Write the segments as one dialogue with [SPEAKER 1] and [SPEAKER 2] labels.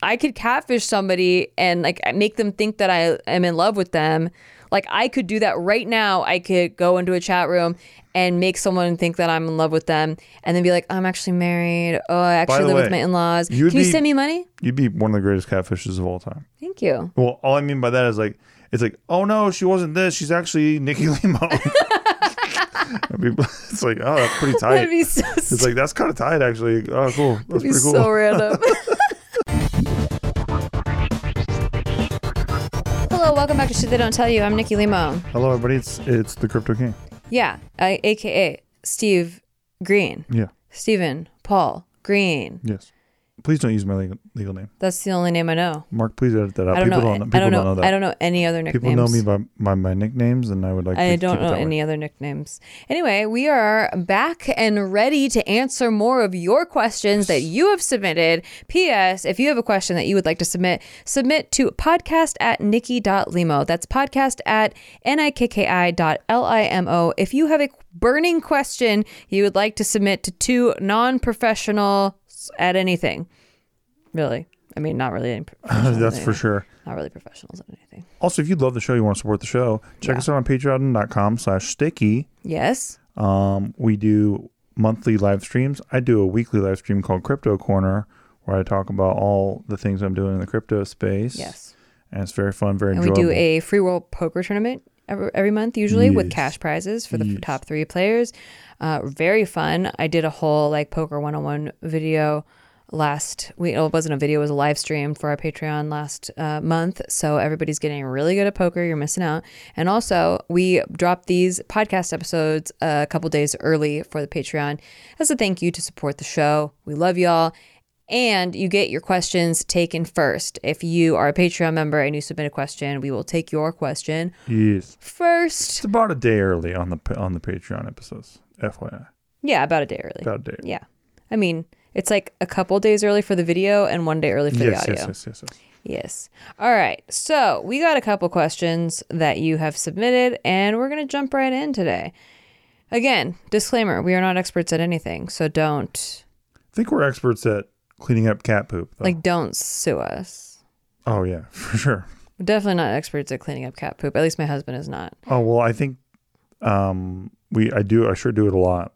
[SPEAKER 1] I could catfish somebody and like make them think that I am in love with them. Like I could do that right now. I could go into a chat room and make someone think that I'm in love with them and then be like, I'm actually married. Oh, I
[SPEAKER 2] By
[SPEAKER 1] actually
[SPEAKER 2] the
[SPEAKER 1] live
[SPEAKER 2] way,
[SPEAKER 1] with my in laws. Can
[SPEAKER 2] you would
[SPEAKER 1] you
[SPEAKER 2] be-
[SPEAKER 1] send me money?
[SPEAKER 2] You'd be one of the greatest catfishes of all time.
[SPEAKER 1] Thank you.
[SPEAKER 2] Well, all I mean by that is like, it's like, oh no, she wasn't this. She's actually Nikki Limo. I mean, it's like, oh, that's pretty tight.
[SPEAKER 1] That'd be so,
[SPEAKER 2] it's like, that's kind of tight, actually. Oh, cool. That's
[SPEAKER 1] be
[SPEAKER 2] pretty cool.
[SPEAKER 1] so random. Hello, welcome back to Shit They Don't Tell You. I'm Nikki Limo.
[SPEAKER 2] Hello, everybody. It's it's the Crypto King.
[SPEAKER 1] Yeah, I, AKA Steve Green.
[SPEAKER 2] Yeah.
[SPEAKER 1] Stephen Paul Green.
[SPEAKER 2] Yes. Please don't use my legal, legal name,
[SPEAKER 1] That's the only name I know.
[SPEAKER 2] Mark. Please edit that out.
[SPEAKER 1] I don't
[SPEAKER 2] people
[SPEAKER 1] know.
[SPEAKER 2] don't. People
[SPEAKER 1] I don't know.
[SPEAKER 2] that.
[SPEAKER 1] I don't know any other nicknames.
[SPEAKER 2] people know me by, by my nicknames, and I would like.
[SPEAKER 1] I
[SPEAKER 2] to
[SPEAKER 1] don't
[SPEAKER 2] keep it
[SPEAKER 1] know
[SPEAKER 2] that way.
[SPEAKER 1] any other nicknames. Anyway, we are back and ready to answer more of your questions that you have submitted. P.S. If you have a question that you would like to submit, submit to podcast at nikki.limo. That's podcast at nikki dot limo. If you have a burning question you would like to submit to two non professionals at anything, really. I mean, not really. any professionals
[SPEAKER 2] That's
[SPEAKER 1] at
[SPEAKER 2] for
[SPEAKER 1] anything.
[SPEAKER 2] sure.
[SPEAKER 1] Not really professionals at anything.
[SPEAKER 2] Also, if you love the show, you want to support the show, check us out on patreon.com slash sticky.
[SPEAKER 1] Yes.
[SPEAKER 2] Um, we do monthly live streams. I do a weekly live stream called Crypto Corner where I talk about all the things I'm doing in the crypto space.
[SPEAKER 1] Yes.
[SPEAKER 2] And it's very fun, very
[SPEAKER 1] and we
[SPEAKER 2] enjoyable.
[SPEAKER 1] do a free world poker tournament every, every month usually with
[SPEAKER 2] Yes.
[SPEAKER 1] cash prizes for the
[SPEAKER 2] Yes.
[SPEAKER 1] top three players uh, very fun i did a whole like poker 101 video last week well, it wasn't a video it was a live stream for our patreon last uh, month so everybody's getting really good at poker you're missing out and also we dropped these podcast episodes a couple days early for the patreon as a thank you to support the show we love y'all and you get your questions taken first. If you are a Patreon member and you submit a question, we will take your question
[SPEAKER 2] yes. It's
[SPEAKER 1] first.
[SPEAKER 2] about a day early on the on the Patreon episodes, FYI.
[SPEAKER 1] Yeah, about a day early.
[SPEAKER 2] About a day.
[SPEAKER 1] yeah. I mean, it's like a couple days early for the video and one day early for the
[SPEAKER 2] Yes,
[SPEAKER 1] audio.
[SPEAKER 2] yes, yes, yes, yes.
[SPEAKER 1] Yes. All right. So we got a couple questions that you have submitted, and we're going to jump right in today. Again, disclaimer we are not experts at anything. So don't,
[SPEAKER 2] I think we're experts at cleaning up cat poop. Though.
[SPEAKER 1] like, don't sue us.
[SPEAKER 2] oh yeah, for sure.
[SPEAKER 1] We're definitely not experts at cleaning up cat poop. At least my husband is not.
[SPEAKER 2] Oh well, I think um we I do I sure do it a lot.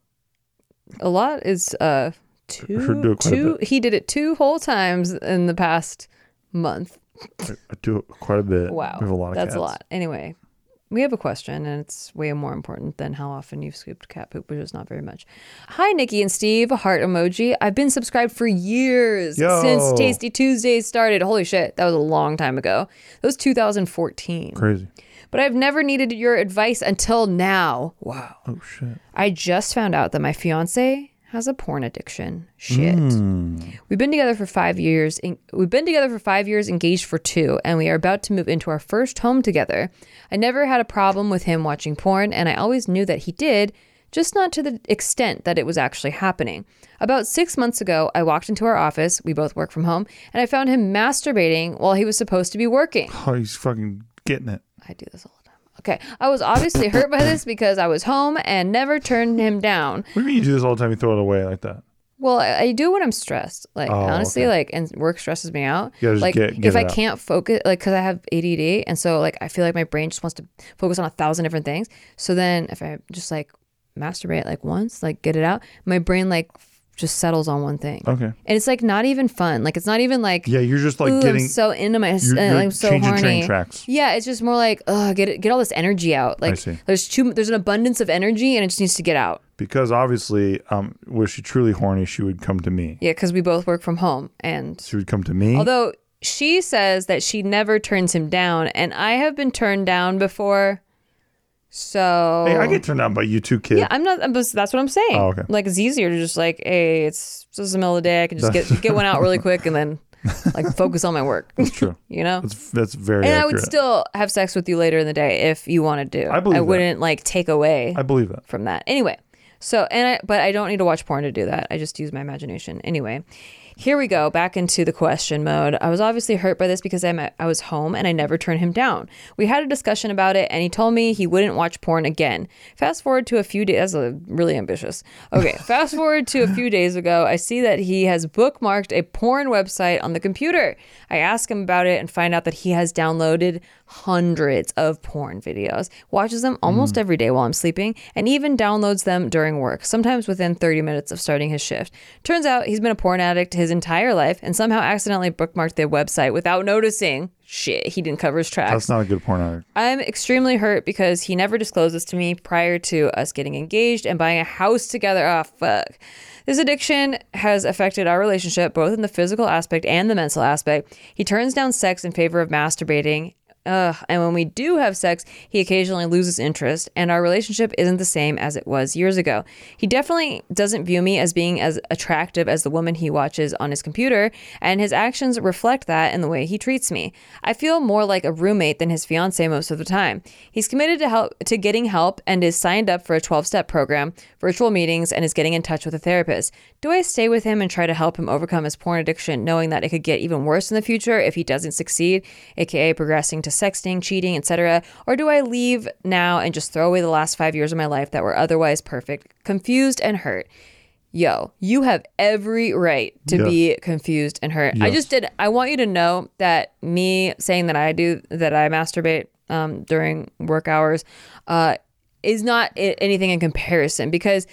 [SPEAKER 1] A lot is uh
[SPEAKER 2] heard do
[SPEAKER 1] two
[SPEAKER 2] it quite a
[SPEAKER 1] two he did it two whole times in the past month.
[SPEAKER 2] I, I do it quite a bit.
[SPEAKER 1] Wow.
[SPEAKER 2] we have a lot of
[SPEAKER 1] That's a
[SPEAKER 2] cats.
[SPEAKER 1] lot. Anyway, we have a question and it's way more important than how often you've scooped cat poop, which is not very much. Hi Nikki and Steve, heart emoji. I've been subscribed for years
[SPEAKER 2] Yo.
[SPEAKER 1] since Tasty Tuesdays started. Holy shit, that was a long time ago. That was 2014.
[SPEAKER 2] Crazy.
[SPEAKER 1] But I've never needed your advice until now. Wow.
[SPEAKER 2] Oh shit.
[SPEAKER 1] I just found out that my fiance has a porn addiction. Shit. We've been together for five years. en- We've been together for five years, engaged for two, and we are about to move into our first home together. I never had a problem with him watching porn, and I always knew that he did, just not to the extent that it was actually happening. About six months ago, I walked into our office. We both work from home, and I found him masturbating while he was supposed to be working.
[SPEAKER 2] Oh, he's fucking getting it.
[SPEAKER 1] I do this all the time. Okay. I was obviously hurt by this because I was home and never turned him down.
[SPEAKER 2] What do you mean you do this all the time? You throw it away like that?
[SPEAKER 1] Well, I, I do when I'm stressed. Like
[SPEAKER 2] Oh,
[SPEAKER 1] honestly,
[SPEAKER 2] okay.
[SPEAKER 1] like and work stresses me out.
[SPEAKER 2] You gotta just
[SPEAKER 1] like
[SPEAKER 2] get- get
[SPEAKER 1] if I
[SPEAKER 2] it out.
[SPEAKER 1] can't focus, like because I have ADD, and so like I feel like my brain just wants to focus on a thousand different things. So then if I just like masturbate like once, like get it out, my brain like f- just settles on one thing,
[SPEAKER 2] Okay.
[SPEAKER 1] and it's like not even fun. Like it's not even like
[SPEAKER 2] Oh. Yeah, you're just like
[SPEAKER 1] Ooh,
[SPEAKER 2] getting.
[SPEAKER 1] I'm so into my,
[SPEAKER 2] you're-
[SPEAKER 1] uh,
[SPEAKER 2] you're
[SPEAKER 1] I'm so
[SPEAKER 2] changing
[SPEAKER 1] horny.
[SPEAKER 2] train tracks.
[SPEAKER 1] Yeah, it's just more like, oh, get it, get all this energy out. Like,
[SPEAKER 2] see.
[SPEAKER 1] there's too, there's an abundance of energy, and it just needs to get out.
[SPEAKER 2] because obviously, um, was she truly horny? She would come to me.
[SPEAKER 1] Yeah, because we both work from home, and
[SPEAKER 2] She would come to me.
[SPEAKER 1] although she says that she never turns him down, and I have been turned down before, so
[SPEAKER 2] hey, I get turned on by you two kids.
[SPEAKER 1] yeah, I'm not. I'm just, that's what I'm saying.
[SPEAKER 2] Oh, okay.
[SPEAKER 1] Like it's easier to just like, hey, it's just a middle of the day. I can just get get one out really quick, and then Like focus on my work.
[SPEAKER 2] It's true.
[SPEAKER 1] You know?
[SPEAKER 2] That's that's very
[SPEAKER 1] and I
[SPEAKER 2] accurate.
[SPEAKER 1] would still have sex with you later in the day if you wanted to.
[SPEAKER 2] I believe
[SPEAKER 1] I
[SPEAKER 2] that.
[SPEAKER 1] wouldn't like take away
[SPEAKER 2] I believe that.
[SPEAKER 1] from that. Anyway, so and I but I don't need to watch porn to do that. I just use my imagination. Anyway, here we go back into the question mode. I was obviously hurt by this because I'm at, I was home and I never turned him down. We had a discussion about it and he told me he wouldn't watch porn again. Fast forward to a few days. That's a, really ambitious. Okay, fast forward to a few days ago. I see that he has bookmarked a porn website on the computer. I ask him about it and find out that he has downloaded hundreds of porn videos, watches them almost every day while I'm sleeping, and even downloads them during work, sometimes within 30 minutes of starting his shift. Turns out he's been a porn addict his entire life and somehow accidentally bookmarked their website without noticing. Shit, he didn't cover his tracks.
[SPEAKER 2] That's not a good porn addict.
[SPEAKER 1] I'm extremely hurt because he never disclosed this to me prior to us getting engaged and buying a house together. Ah, fuck. This addiction has affected our relationship, both in the physical aspect and the mental aspect. He turns down sex in favor of masturbating. Ugh. And when we do have sex, he occasionally loses interest, and our relationship isn't the same as it was years ago. He definitely doesn't view me as being as attractive as the woman he watches on his computer, and his actions reflect that in the way he treats me. I feel more like a roommate than his fiance most of the time. He's committed to help to getting help and is signed up for a 12-step program, virtual meetings, and is getting in touch with a therapist. Do I stay with him and try to help him overcome his porn addiction, knowing that it could get even worse in the future if he doesn't succeed, aka progressing to sexting, cheating, etc., or do I leave now and just throw away the last 5 years of my life that were otherwise perfect, confused and hurt? yo, you have every right to
[SPEAKER 2] Yes.
[SPEAKER 1] be confused and hurt. I
[SPEAKER 2] Yes.
[SPEAKER 1] just did. I want you to know that me saying that I do that I masturbate um, during work hours uh, is not i- anything in comparison because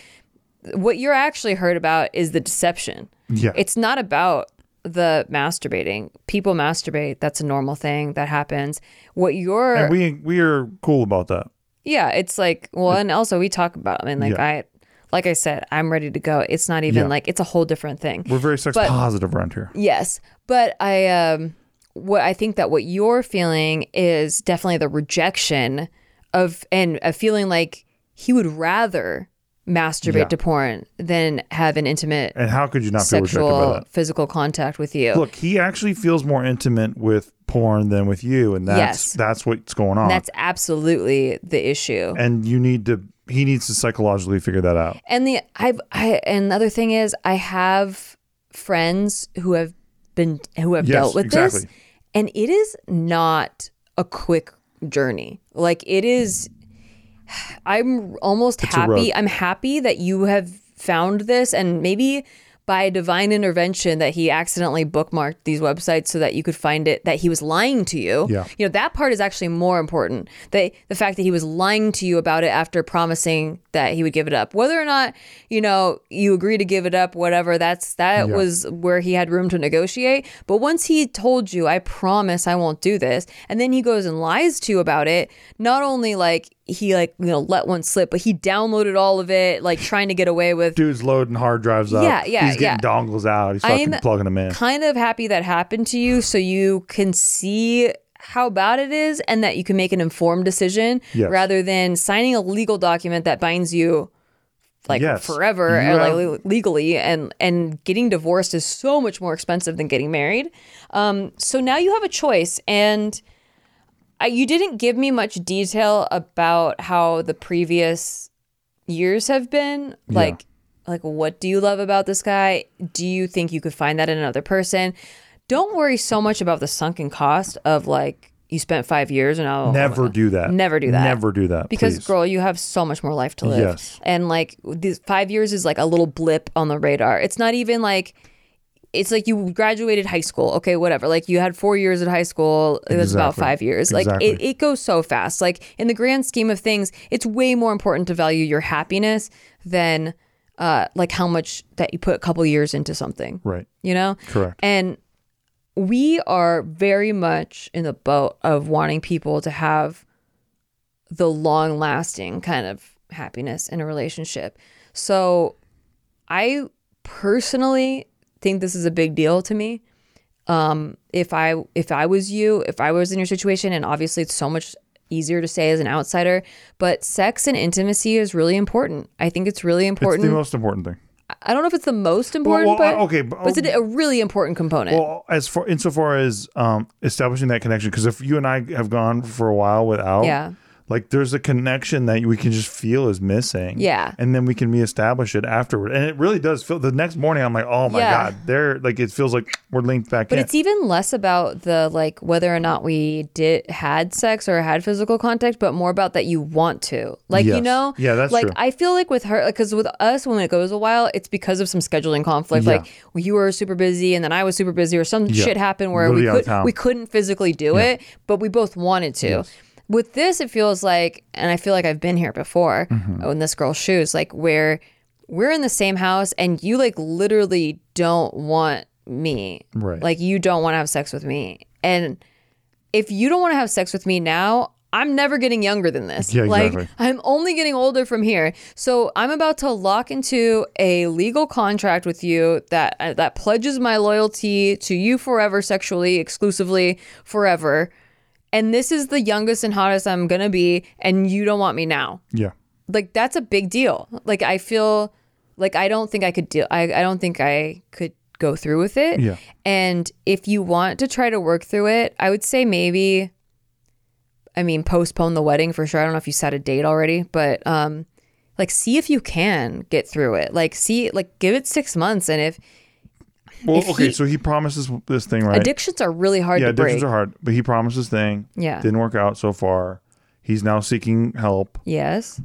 [SPEAKER 1] what you're actually hurt about is the deception.
[SPEAKER 2] Yeah.
[SPEAKER 1] It's not about the masturbating. People masturbate. That's a normal thing that happens. What you're
[SPEAKER 2] and we we are cool about that.
[SPEAKER 1] yeah, it's like well, and also we talk about. I mean, like
[SPEAKER 2] Yeah.
[SPEAKER 1] I, like I said, I'm ready to go. It's not even
[SPEAKER 2] Yeah.
[SPEAKER 1] like it's a whole different thing.
[SPEAKER 2] We're very sex
[SPEAKER 1] But-
[SPEAKER 2] positive around here.
[SPEAKER 1] Yes, but I um, what I think that what you're feeling is definitely the rejection of and a feeling like he would rather masturbate
[SPEAKER 2] Yeah.
[SPEAKER 1] to porn than have an intimate
[SPEAKER 2] And how could you not feel rejected by
[SPEAKER 1] sexual
[SPEAKER 2] that?
[SPEAKER 1] physical contact with you.
[SPEAKER 2] Look, he actually feels more intimate with porn than with you, and that's
[SPEAKER 1] Yes.
[SPEAKER 2] that's what's going on.
[SPEAKER 1] That's absolutely the issue.
[SPEAKER 2] and you need to he needs to psychologically figure that out.
[SPEAKER 1] And the I've I and the other thing is I have friends who have been who have
[SPEAKER 2] Yes,
[SPEAKER 1] dealt with this,
[SPEAKER 2] exactly.
[SPEAKER 1] and it is not a quick journey. Like it is, I'm almost
[SPEAKER 2] a road.
[SPEAKER 1] happy. I'm happy that you have found this, and maybe by divine intervention that he accidentally bookmarked these websites so that you could find it that he was lying to you
[SPEAKER 2] Yeah.
[SPEAKER 1] you know that part is actually more important the, the fact that he was lying to you about it after promising that he would give it up whether or not you know you agree to give it up whatever that's that
[SPEAKER 2] Yeah.
[SPEAKER 1] was where he had room to negotiate but once he told you i promise i won't do this and then he goes and lies to you about it not only like he like you know let one slip but he downloaded all of it like trying to get away with
[SPEAKER 2] Dude's loading hard drives up.
[SPEAKER 1] Yeah, yeah,
[SPEAKER 2] He's getting
[SPEAKER 1] yeah.
[SPEAKER 2] dongles out. He's fucking
[SPEAKER 1] I'm
[SPEAKER 2] plugging them in.
[SPEAKER 1] kind of happy that happened to you so you can see how bad it is and that you can make an informed decision
[SPEAKER 2] Yes.
[SPEAKER 1] rather than signing a legal document that binds you like
[SPEAKER 2] Yes.
[SPEAKER 1] forever
[SPEAKER 2] You
[SPEAKER 1] or, like,
[SPEAKER 2] have-
[SPEAKER 1] le- legally and and getting divorced is so much more expensive than getting married um so now you have a choice and I, you didn't give me much detail about how the previous years have been like like what do you love about this guy do you think you could find that in another person don't worry so much about the sunken cost of like you spent five years and i'll
[SPEAKER 2] Never do that.
[SPEAKER 1] Never do that.
[SPEAKER 2] Never do that.
[SPEAKER 1] because
[SPEAKER 2] please.
[SPEAKER 1] girl you have so much more life to live
[SPEAKER 2] Yes.
[SPEAKER 1] and like these five years is like a little blip on the radar it's not even like it's like you graduated high school okay whatever like you had four years at high school it was about
[SPEAKER 2] Exactly.
[SPEAKER 1] five years like it,
[SPEAKER 2] Exactly.
[SPEAKER 1] it goes so fast like in the grand scheme of things it's way more important to value your happiness than uh like how much that you put a couple years into something
[SPEAKER 2] right.
[SPEAKER 1] you know
[SPEAKER 2] Correct.
[SPEAKER 1] and we are very much in the boat of wanting people to have the long lasting kind of happiness in a relationship. So I personally think this is a big deal to me. Um, if I if I was you, if I was in your situation, and obviously it's so much easier to say as an outsider, but sex and intimacy is really important. I think it's really
[SPEAKER 2] It's
[SPEAKER 1] important.
[SPEAKER 2] the most important thing.
[SPEAKER 1] I don't know if it's the most important,
[SPEAKER 2] well,
[SPEAKER 1] but
[SPEAKER 2] uh, okay, but-
[SPEAKER 1] but it's a, a really important component.
[SPEAKER 2] Well, as far insofar as um, establishing that connection, because if you and I have gone for a while without,
[SPEAKER 1] Yeah.
[SPEAKER 2] like there's a connection that we can just feel is missing,
[SPEAKER 1] Yeah.
[SPEAKER 2] and then we can reestablish it afterward, and it really does feel. The next morning, I'm like, oh my
[SPEAKER 1] Yeah.
[SPEAKER 2] god, they're like it feels like we're linked back
[SPEAKER 1] But
[SPEAKER 2] in.
[SPEAKER 1] it's e- even less about the like whether or not we did had sex or had physical contact, but more about that you want to. Like you
[SPEAKER 2] Yes.
[SPEAKER 1] know,
[SPEAKER 2] Yeah, that's
[SPEAKER 1] like
[SPEAKER 2] true.
[SPEAKER 1] I feel like with her, because with us when it goes a while, it's because of some scheduling conflict.
[SPEAKER 2] Yeah.
[SPEAKER 1] Like you were super busy and then I was super busy, or some
[SPEAKER 2] Yeah.
[SPEAKER 1] shit happened where
[SPEAKER 2] Literally out
[SPEAKER 1] we
[SPEAKER 2] of town.
[SPEAKER 1] could we couldn't physically do it, but we both wanted to. With this, it feels like, and I feel like I've been here before oh, in this girl's shoes, like where we're in the same house and you like literally don't want me.
[SPEAKER 2] Right.
[SPEAKER 1] Like you don't want to have sex with me. And if you don't want to have sex with me now, I'm never getting younger than this.
[SPEAKER 2] Yeah,
[SPEAKER 1] like
[SPEAKER 2] exactly.
[SPEAKER 1] I'm only getting older from here. So I'm about to lock into a legal contract with you that uh, that pledges my loyalty to you forever sexually exclusively forever. And this is the youngest and hottest I'm going to be and you don't want me now
[SPEAKER 2] yeah,
[SPEAKER 1] like that's a big deal. Like I feel like I don't think I could deal I, I don't think I could go through with it.
[SPEAKER 2] Yeah.
[SPEAKER 1] And if you want to try to work through it, I would say maybe I mean postpone the wedding for sure. I don't know if you set a date already, but um like see if you can get through it. Like see like give it 6 months and if
[SPEAKER 2] well,
[SPEAKER 1] If
[SPEAKER 2] okay,
[SPEAKER 1] he-
[SPEAKER 2] so he promises this thing, right?
[SPEAKER 1] addictions are really hard
[SPEAKER 2] yeah,
[SPEAKER 1] to break.
[SPEAKER 2] addictions are hard, but he promises thing.
[SPEAKER 1] Yeah.
[SPEAKER 2] didn't work out so far. He's now seeking help.
[SPEAKER 1] yes.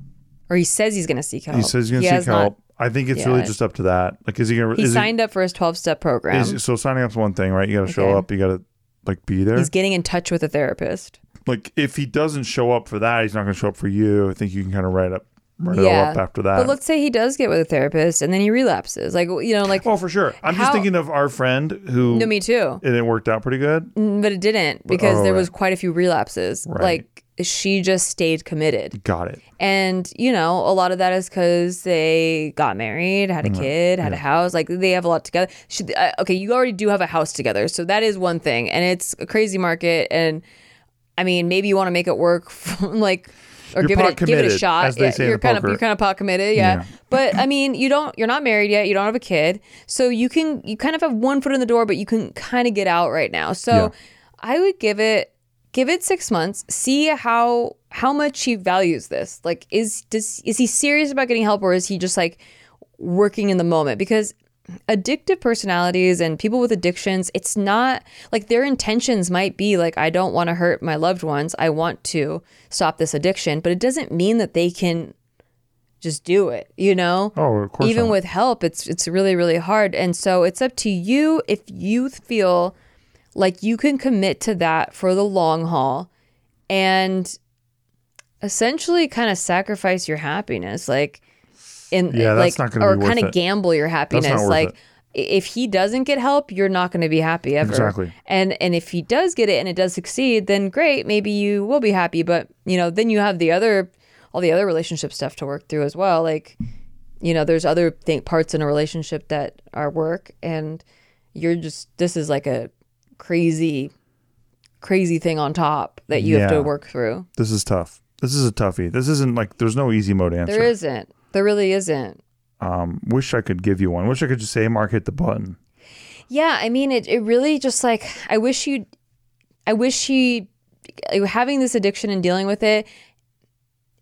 [SPEAKER 1] Or he says he's going to seek help.
[SPEAKER 2] He says he's gonna
[SPEAKER 1] He has
[SPEAKER 2] seek
[SPEAKER 1] not-
[SPEAKER 2] help. I think it's really
[SPEAKER 1] Yeah.
[SPEAKER 2] just up to that. Like, is he gonna?
[SPEAKER 1] he
[SPEAKER 2] is
[SPEAKER 1] signed up for his 12-step program.
[SPEAKER 2] Is, so signing up's one thing, right? You got to
[SPEAKER 1] Okay.
[SPEAKER 2] show up. You got to like be there.
[SPEAKER 1] He's getting in touch with a therapist.
[SPEAKER 2] like if he doesn't show up for that, he's not going to show up for you. I think you can kind of write up, write it all up after that.
[SPEAKER 1] But let's say he does get with a therapist and then he relapses. Like, you know, like,
[SPEAKER 2] oh, for sure. I'm
[SPEAKER 1] How-
[SPEAKER 2] just thinking of our friend who
[SPEAKER 1] no, me too.
[SPEAKER 2] and it worked out pretty good.
[SPEAKER 1] Mm, But it didn't because
[SPEAKER 2] oh,
[SPEAKER 1] there
[SPEAKER 2] right.
[SPEAKER 1] was quite a few relapses.
[SPEAKER 2] Right.
[SPEAKER 1] Like, she just stayed committed.
[SPEAKER 2] Got it.
[SPEAKER 1] And, you know, a lot of that is because they got married, had a
[SPEAKER 2] Mm-hmm.
[SPEAKER 1] kid, had a house. Like, they have a lot together. Should, uh, okay, you already do have a house together. So that is one thing. And it's a crazy market. And I mean, maybe you want to make it work, like, or
[SPEAKER 2] You're
[SPEAKER 1] give it, a, give it a
[SPEAKER 2] pot-committed,
[SPEAKER 1] shot.
[SPEAKER 2] as they
[SPEAKER 1] Yeah,
[SPEAKER 2] say in
[SPEAKER 1] you're kind of
[SPEAKER 2] poker.
[SPEAKER 1] you're kind of pot committed, yeah.
[SPEAKER 2] Yeah.
[SPEAKER 1] But I mean, you don't you're not married yet. You don't have a kid, so you can you kind of have one foot in the door, but you can kind of get out right now. So
[SPEAKER 2] Yeah.
[SPEAKER 1] I would give it give it six months. See how how much he values this. Like, is does is he serious about getting help, or is he just like working in the moment? Because addictive personalities and people with addictions, it's not like their intentions might be like, I don't want to hurt my loved ones. I want to stop this addiction, but it doesn't mean that they can just do it, you know?
[SPEAKER 2] Oh, of course.
[SPEAKER 1] Even
[SPEAKER 2] not.
[SPEAKER 1] with help, it's it's really really hard. And so it's up to you if you feel like you can commit to that for the long haul and essentially kind of sacrifice your happiness like in
[SPEAKER 2] Yeah,
[SPEAKER 1] like
[SPEAKER 2] that's not gonna
[SPEAKER 1] or
[SPEAKER 2] be worth
[SPEAKER 1] kind of
[SPEAKER 2] it.
[SPEAKER 1] gamble your happiness
[SPEAKER 2] worth
[SPEAKER 1] like
[SPEAKER 2] it.
[SPEAKER 1] i- if he doesn't get help you're not going to be happy ever
[SPEAKER 2] Exactly.
[SPEAKER 1] and and if he does get it and it does succeed then great maybe you will be happy but you know then you have the other all the other relationship stuff to work through as well like you know there's other thing, parts in a relationship that are work and you're just this is like a crazy crazy thing on top that you have
[SPEAKER 2] Yeah.
[SPEAKER 1] to work through
[SPEAKER 2] this is tough. This is a toughie. This isn't like there's no easy mode answer.
[SPEAKER 1] There not there really isn't
[SPEAKER 2] Um, wish I could give you one. Wish I could just say, Mark, hit the button.
[SPEAKER 1] yeah i mean it, it really just like i wish you i wish he having this addiction and dealing with it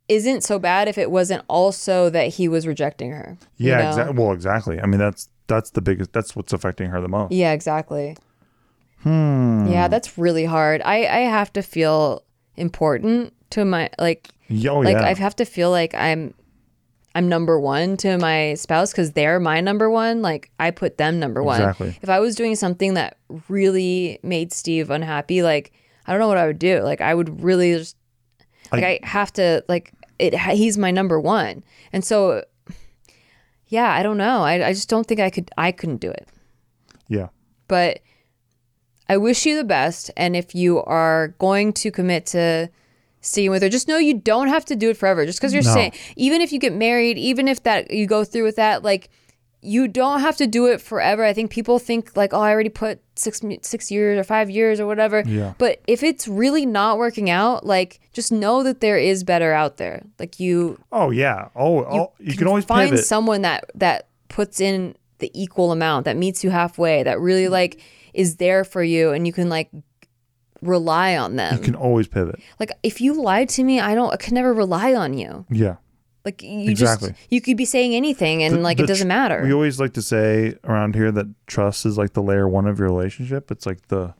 [SPEAKER 1] isn't so bad if it wasn't also that he was rejecting her you
[SPEAKER 2] Yeah,
[SPEAKER 1] know?
[SPEAKER 2] exactly. Well, exactly. I mean, that's that's the biggest. That's what's affecting her the most.
[SPEAKER 1] Yeah, exactly. Yeah, that's really hard. I I have to feel important to my like
[SPEAKER 2] Yeah, oh,
[SPEAKER 1] like
[SPEAKER 2] yeah.
[SPEAKER 1] I have to feel like I'm I'm number one to my spouse because they're my number one. Like I put them number one.
[SPEAKER 2] Exactly.
[SPEAKER 1] If I was doing something that really made Steve unhappy, like I don't know what I would do. Like I would really just like I, have to like it. He's my number one, and so yeah, I don't know. I I just don't think I could. I couldn't do it
[SPEAKER 2] yeah.
[SPEAKER 1] but I wish you the best. And if you are going to commit to sticking with her, just know you don't have to do it forever. Just because you're
[SPEAKER 2] No.
[SPEAKER 1] saying, even if you get married, even if that you go through with that, like you don't have to do it forever. I think people think like, oh, I already put six mu- six years or five years or whatever.
[SPEAKER 2] Yeah.
[SPEAKER 1] But if it's really not working out, like just know that there is better out there. Like you
[SPEAKER 2] Oh yeah. Oh, oh you, can always
[SPEAKER 1] find
[SPEAKER 2] pivot.
[SPEAKER 1] someone that that puts in the equal amount that meets you halfway that
[SPEAKER 2] Mm-hmm.
[SPEAKER 1] really like is there for you and you can like rely on
[SPEAKER 2] You
[SPEAKER 1] them
[SPEAKER 2] can always pivot.
[SPEAKER 1] like if you lied to me i don't i can never rely on you
[SPEAKER 2] Yeah.
[SPEAKER 1] like you
[SPEAKER 2] Exactly.
[SPEAKER 1] just you could be saying anything and
[SPEAKER 2] The-
[SPEAKER 1] like
[SPEAKER 2] the
[SPEAKER 1] it doesn't
[SPEAKER 2] tr-
[SPEAKER 1] matter
[SPEAKER 2] We always like to say around here that trust is like the layer one of your relationship. It's like the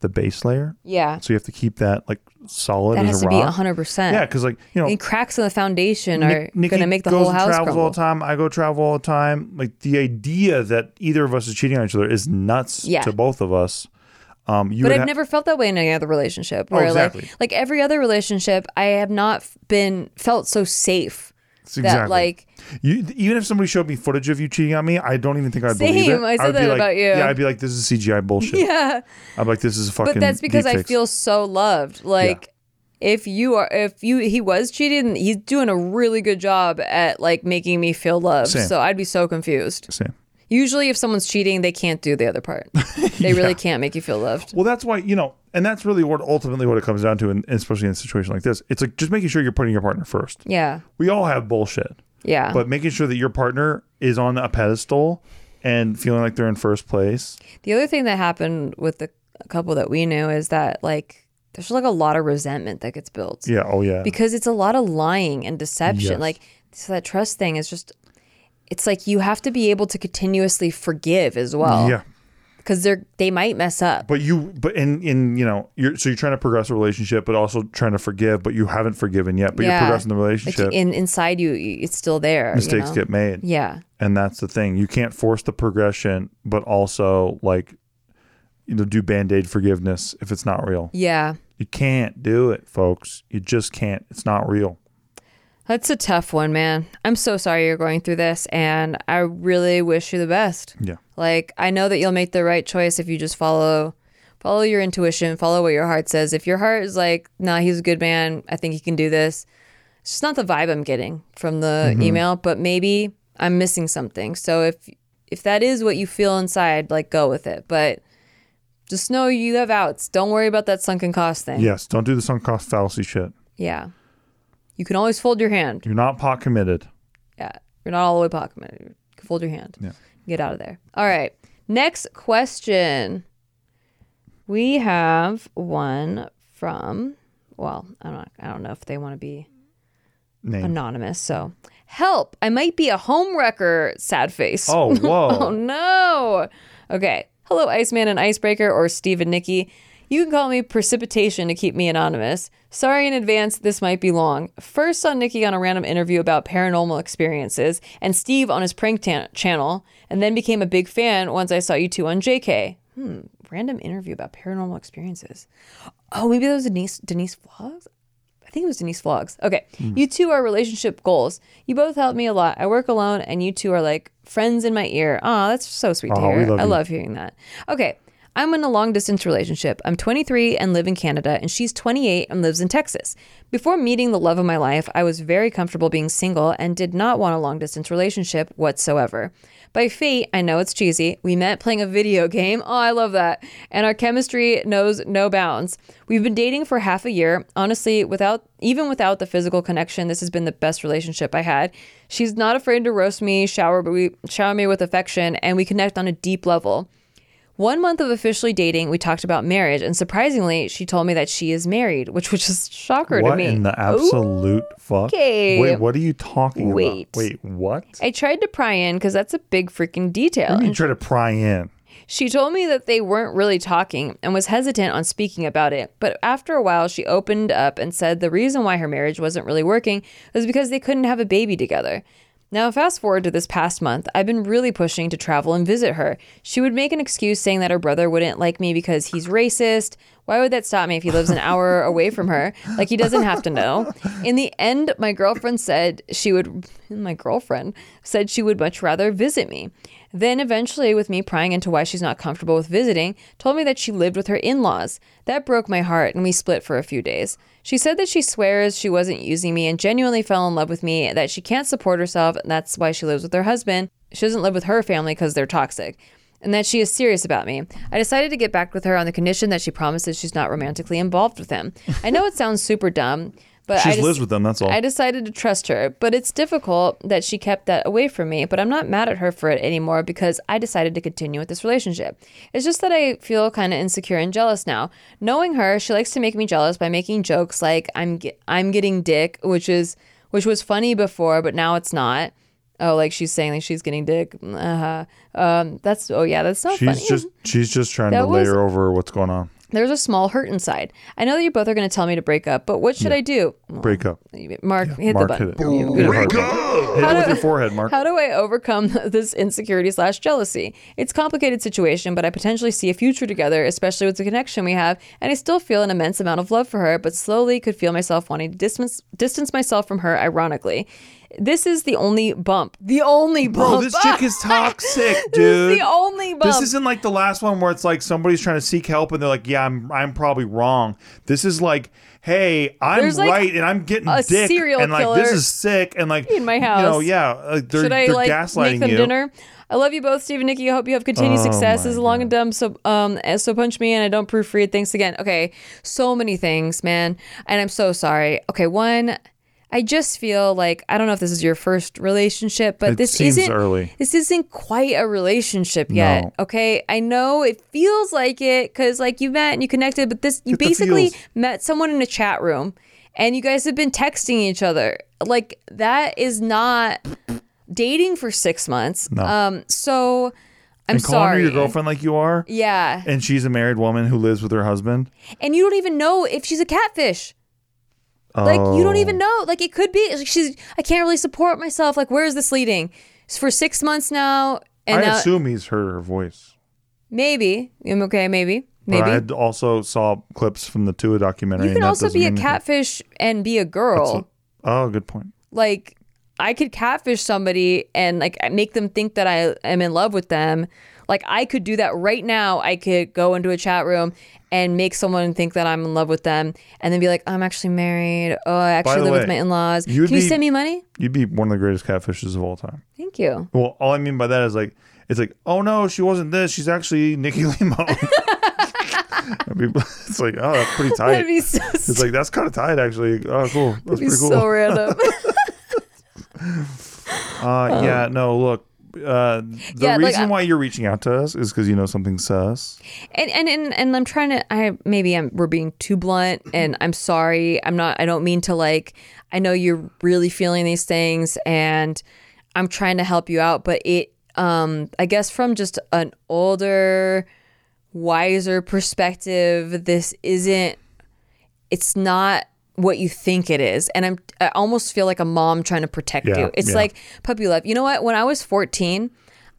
[SPEAKER 2] the base layer.
[SPEAKER 1] yeah
[SPEAKER 2] So you have to keep that like solid
[SPEAKER 1] that
[SPEAKER 2] as
[SPEAKER 1] has
[SPEAKER 2] a
[SPEAKER 1] to be
[SPEAKER 2] rock.
[SPEAKER 1] 100%
[SPEAKER 2] yeah, because like you know,
[SPEAKER 1] and cracks in the foundation
[SPEAKER 2] Nick-
[SPEAKER 1] are
[SPEAKER 2] Nikki
[SPEAKER 1] going to make the
[SPEAKER 2] goes
[SPEAKER 1] whole
[SPEAKER 2] and
[SPEAKER 1] house
[SPEAKER 2] travels all
[SPEAKER 1] crumble.
[SPEAKER 2] the time. I go travel all the time. Like the idea that either of us is cheating on each other is nuts
[SPEAKER 1] Yeah.
[SPEAKER 2] to both of us. Um, you
[SPEAKER 1] But
[SPEAKER 2] would
[SPEAKER 1] I've
[SPEAKER 2] ha- Oh,
[SPEAKER 1] never felt that way in any other relationship. Where
[SPEAKER 2] exactly.
[SPEAKER 1] like like every other relationship, I have not f- been felt so safe that
[SPEAKER 2] exactly.
[SPEAKER 1] like
[SPEAKER 2] You, even if somebody showed me footage of you cheating on me, I don't even think I'd believe it.
[SPEAKER 1] Same, I said
[SPEAKER 2] would be
[SPEAKER 1] that
[SPEAKER 2] like,
[SPEAKER 1] about you.
[SPEAKER 2] Yeah, I'd be like, this is CGI bullshit.
[SPEAKER 1] yeah.
[SPEAKER 2] I'm like, this is fucking.
[SPEAKER 1] But that's because I
[SPEAKER 2] deepfakes.
[SPEAKER 1] feel so loved. Like if you are if you he was cheating, he's doing a really good job at like making me feel loved.
[SPEAKER 2] Same.
[SPEAKER 1] So I'd be so confused.
[SPEAKER 2] Same.
[SPEAKER 1] Usually if someone's cheating, they can't do the other part. They really can't make you feel loved.
[SPEAKER 2] Well, that's why you know, and that's really what ultimately what it comes down to, and especially in a situation like this, it's like just making sure you're putting your partner first.
[SPEAKER 1] Yeah.
[SPEAKER 2] We all have bullshit,
[SPEAKER 1] Yeah.
[SPEAKER 2] but making sure that your partner is on a pedestal and feeling like they're in first place.
[SPEAKER 1] The other thing that happened with the couple that we knew is that like there's like a lot of resentment that gets built
[SPEAKER 2] Yeah. Oh yeah.
[SPEAKER 1] because it's a lot of lying and deception.
[SPEAKER 2] Yes.
[SPEAKER 1] Like so that trust thing is just it's like you have to be able to continuously forgive as well.
[SPEAKER 2] yeah.
[SPEAKER 1] Cuz they're they might mess up.
[SPEAKER 2] But you, but in in you know, you're so you're trying to progress a relationship, but also trying to forgive, but you haven't forgiven yet, but
[SPEAKER 1] Yeah.
[SPEAKER 2] you're progressing the
[SPEAKER 1] Like
[SPEAKER 2] relationship.
[SPEAKER 1] in inside you you- it's still there. you
[SPEAKER 2] Mistakes
[SPEAKER 1] know?
[SPEAKER 2] get made.
[SPEAKER 1] Yeah.
[SPEAKER 2] and that's the thing you can't force the progression but also like you know do band-aid forgiveness if it's not real
[SPEAKER 1] Yeah.
[SPEAKER 2] you can't do it folks you just can't it's not real
[SPEAKER 1] That's a tough one, man. I'm so sorry you're going through this and I really wish you the best.
[SPEAKER 2] yeah
[SPEAKER 1] Like I know that you'll make the right choice if you just follow follow your intuition, follow what your heart says. If your heart is like, "Nah, he's a good man. I think he can do this." It's just not the vibe I'm getting from the email, but maybe I'm missing something. So if if that is what you feel inside, like go with it. But just know you have outs. Don't worry about that sunken cost thing.
[SPEAKER 2] yes don't do the sunk cost fallacy shit
[SPEAKER 1] Yeah. You can always fold your hand.
[SPEAKER 2] you're not pot committed
[SPEAKER 1] Yeah. You're not all the way pocket money. You can Fold your hand.
[SPEAKER 2] Yeah.
[SPEAKER 1] Get out of there. All right. Next question. We have one from well, I don't I don't know if they want to be
[SPEAKER 2] name
[SPEAKER 1] anonymous, so help. I might be a homewrecker, sad face.
[SPEAKER 2] oh whoa
[SPEAKER 1] Oh no. Okay. Hello, Iceman and Icebreaker or Steve and Nikki. You can call me Precipitation to keep me anonymous. Sorry in advance, this might be long. First saw Nikki on a random interview about paranormal experiences and Steve on his prank tan- channel, and then became a big fan once I saw you two on JK. Hmm, random interview about paranormal experiences. Oh, maybe that was Denise, Denise Vlogs? I think it was Denise Vlogs. Okay.
[SPEAKER 2] Hmm.
[SPEAKER 1] You two are relationship goals. You both help me a lot. I work alone, and you two are like friends in my ear. Aw, that's so sweet to
[SPEAKER 2] Aw, we
[SPEAKER 1] hear.
[SPEAKER 2] love
[SPEAKER 1] I
[SPEAKER 2] you.
[SPEAKER 1] love hearing that. Okay. I'm in a long distance relationship. I'm 23 and live in Canada, and she's 28 and lives in Texas. Before meeting the love of my life, I was very comfortable being single and did not want a long distance relationship whatsoever. By fate, I know it's cheesy. We met playing a video game. Oh, I love that. And our chemistry knows no bounds. We've been dating for half a year. Honestly, without even without the physical connection, this has been the best relationship I had. She's not afraid to roast me, shower we shower me with affection, and we connect on a deep level. One month of officially dating, we talked about marriage, and surprisingly, she told me that she is married, which was just a shocker to
[SPEAKER 2] what
[SPEAKER 1] me.
[SPEAKER 2] in the absolute fuck
[SPEAKER 1] Okay.
[SPEAKER 2] wait what are you talking
[SPEAKER 1] Wait.
[SPEAKER 2] about wait what
[SPEAKER 1] I tried to pry in because that's a big freaking detail.
[SPEAKER 2] you try to pry in
[SPEAKER 1] She told me that they weren't really talking and was hesitant on speaking about it. But after a while, she opened up and said the reason why her marriage wasn't really working was because they couldn't have a baby together. Now, fast forward to this past month, I've been really pushing to travel and visit her. She would make an excuse saying that her brother wouldn't like me because he's racist. Why would that stop me if he lives an hour away from her? Like, he doesn't have to know. In the end, my girlfriend said she would, my girlfriend said she would much rather visit me. Then eventually, with me prying into why she's not comfortable with visiting, told me that she lived with her in laws. That broke my heart, and we split for a few days. She said that she swears she wasn't using me and genuinely fell in love with me, that she can't support herself, and that's why she lives with her husband. She doesn't live with her family because they're toxic, and that she is serious about me. I decided to get back with her on the condition that she promises she's not romantically involved with him. I know it sounds super dumb. But
[SPEAKER 2] She
[SPEAKER 1] I
[SPEAKER 2] just
[SPEAKER 1] just,
[SPEAKER 2] lives with them. That's all.
[SPEAKER 1] I decided to trust her, but it's difficult that she kept that away from me. But I'm not mad at her for it anymore because I decided to continue with this relationship. It's just that I feel kind of insecure and jealous now. Knowing her, she likes to make me jealous by making jokes like I'm ge- I'm getting dick, which is which was funny before, but now it's not. Oh, like she's saying like she's getting dick. Uh-huh. Um, that's oh yeah, that's not
[SPEAKER 2] she's
[SPEAKER 1] funny.
[SPEAKER 2] just she's just trying
[SPEAKER 1] That
[SPEAKER 2] to
[SPEAKER 1] was-
[SPEAKER 2] layer over what's going on.
[SPEAKER 1] There's a small hurt inside. I know that you both are going to tell me to break up, but what should I do?
[SPEAKER 2] Break up.
[SPEAKER 1] Mark, hit the
[SPEAKER 2] Mark
[SPEAKER 1] button.
[SPEAKER 2] hit it. Break up. Hit it with your forehead, Mark.
[SPEAKER 1] How do I overcome this insecurity slash jealousy? It's a complicated situation, but I potentially see a future together, especially with the connection we have, and I still feel an immense amount of love for her, but slowly could feel myself wanting to distance distance myself from her ironically. This is the only bump. The only bump.
[SPEAKER 2] Bro, this chick is toxic,
[SPEAKER 1] This is
[SPEAKER 2] dude.
[SPEAKER 1] the only bump.
[SPEAKER 2] This isn't like the last one where it's like somebody's trying to seek help and they're like, "Yeah, I'm I'm probably wrong." This is like, "Hey, I'm
[SPEAKER 1] There's, like,
[SPEAKER 2] right and I'm getting
[SPEAKER 1] a
[SPEAKER 2] dick
[SPEAKER 1] serial
[SPEAKER 2] and like this
[SPEAKER 1] killer
[SPEAKER 2] is sick and like
[SPEAKER 1] in my
[SPEAKER 2] You know,
[SPEAKER 1] house.
[SPEAKER 2] yeah, like, they're,
[SPEAKER 1] Should I
[SPEAKER 2] they're
[SPEAKER 1] like
[SPEAKER 2] gaslighting
[SPEAKER 1] make them
[SPEAKER 2] you. Oh
[SPEAKER 1] dinner? I love you both, Steve and Nikki. I hope you have continued success. This is long and dumb. So um, and so punch me and I don't proofread. Thanks again. Okay, so many things, man, and I'm so sorry. Okay, one. I just feel like I don't know if this is your first relationship, but
[SPEAKER 2] It
[SPEAKER 1] this
[SPEAKER 2] seems
[SPEAKER 1] isn't
[SPEAKER 2] early.
[SPEAKER 1] This isn't quite a relationship yet.
[SPEAKER 2] No.
[SPEAKER 1] Okay, I know it feels like it because like you met and you connected, but this you
[SPEAKER 2] Get the
[SPEAKER 1] basically
[SPEAKER 2] feels.
[SPEAKER 1] met someone in a chat room, and you guys have been texting each other. Like that is not dating for six months.
[SPEAKER 2] No.
[SPEAKER 1] Um, so I'm
[SPEAKER 2] and calling her
[SPEAKER 1] sorry.
[SPEAKER 2] your girlfriend like you are,
[SPEAKER 1] Yeah.
[SPEAKER 2] and she's a married woman who lives with her husband.
[SPEAKER 1] And you don't even know if she's a catfish. Like you
[SPEAKER 2] Oh.
[SPEAKER 1] don't even know. Like it could be like she's I can't really support myself. Like where is this leading? For six months now and
[SPEAKER 2] I
[SPEAKER 1] now
[SPEAKER 2] assume he's heard her voice.
[SPEAKER 1] maybe. I'm okay, maybe. Maybe.
[SPEAKER 2] But I had also saw clips from the Tua documentary.
[SPEAKER 1] you
[SPEAKER 2] and
[SPEAKER 1] can
[SPEAKER 2] that
[SPEAKER 1] also
[SPEAKER 2] doesn't
[SPEAKER 1] be a
[SPEAKER 2] mean anything.
[SPEAKER 1] catfish and be a girl.
[SPEAKER 2] So- Oh, good point.
[SPEAKER 1] like I could catfish somebody and like make them think that I am in love with them. Like I could do that right now. I could go into a chat room and make someone think that I'm in love with them and then be like, I'm actually married. Oh, I
[SPEAKER 2] the
[SPEAKER 1] actually live
[SPEAKER 2] way,
[SPEAKER 1] with my in-laws. Can
[SPEAKER 2] you'd
[SPEAKER 1] you
[SPEAKER 2] be-
[SPEAKER 1] send me money?
[SPEAKER 2] You'd be one of the greatest catfishes of all time.
[SPEAKER 1] Thank you.
[SPEAKER 2] Well, all I mean by that is like, it's like, oh no, she wasn't this. She's actually Nikki Limo. I mean, it's like, oh, that's pretty tight.
[SPEAKER 1] That'd be so,
[SPEAKER 2] it's like that's kind of tight, actually. Oh, cool. That's
[SPEAKER 1] that'd be
[SPEAKER 2] pretty cool.
[SPEAKER 1] so random.
[SPEAKER 2] uh, yeah, no, look. Uh, the
[SPEAKER 1] Yeah, like,
[SPEAKER 2] reason
[SPEAKER 1] I-
[SPEAKER 2] why you're reaching out to us is because you know something sus.
[SPEAKER 1] and, and and and I'm trying to I maybe I'm we're being too blunt
[SPEAKER 2] Mm-hmm.
[SPEAKER 1] and I'm sorry. I'm not I don't mean to like I know you're really feeling these things and I'm trying to help you out, but it um I guess from just an older wiser perspective, this isn't it's not what you think it is and i'm i almost feel like a mom trying to protect
[SPEAKER 2] Yeah,
[SPEAKER 1] you it's
[SPEAKER 2] yeah.
[SPEAKER 1] like puppy love you know what when i was 14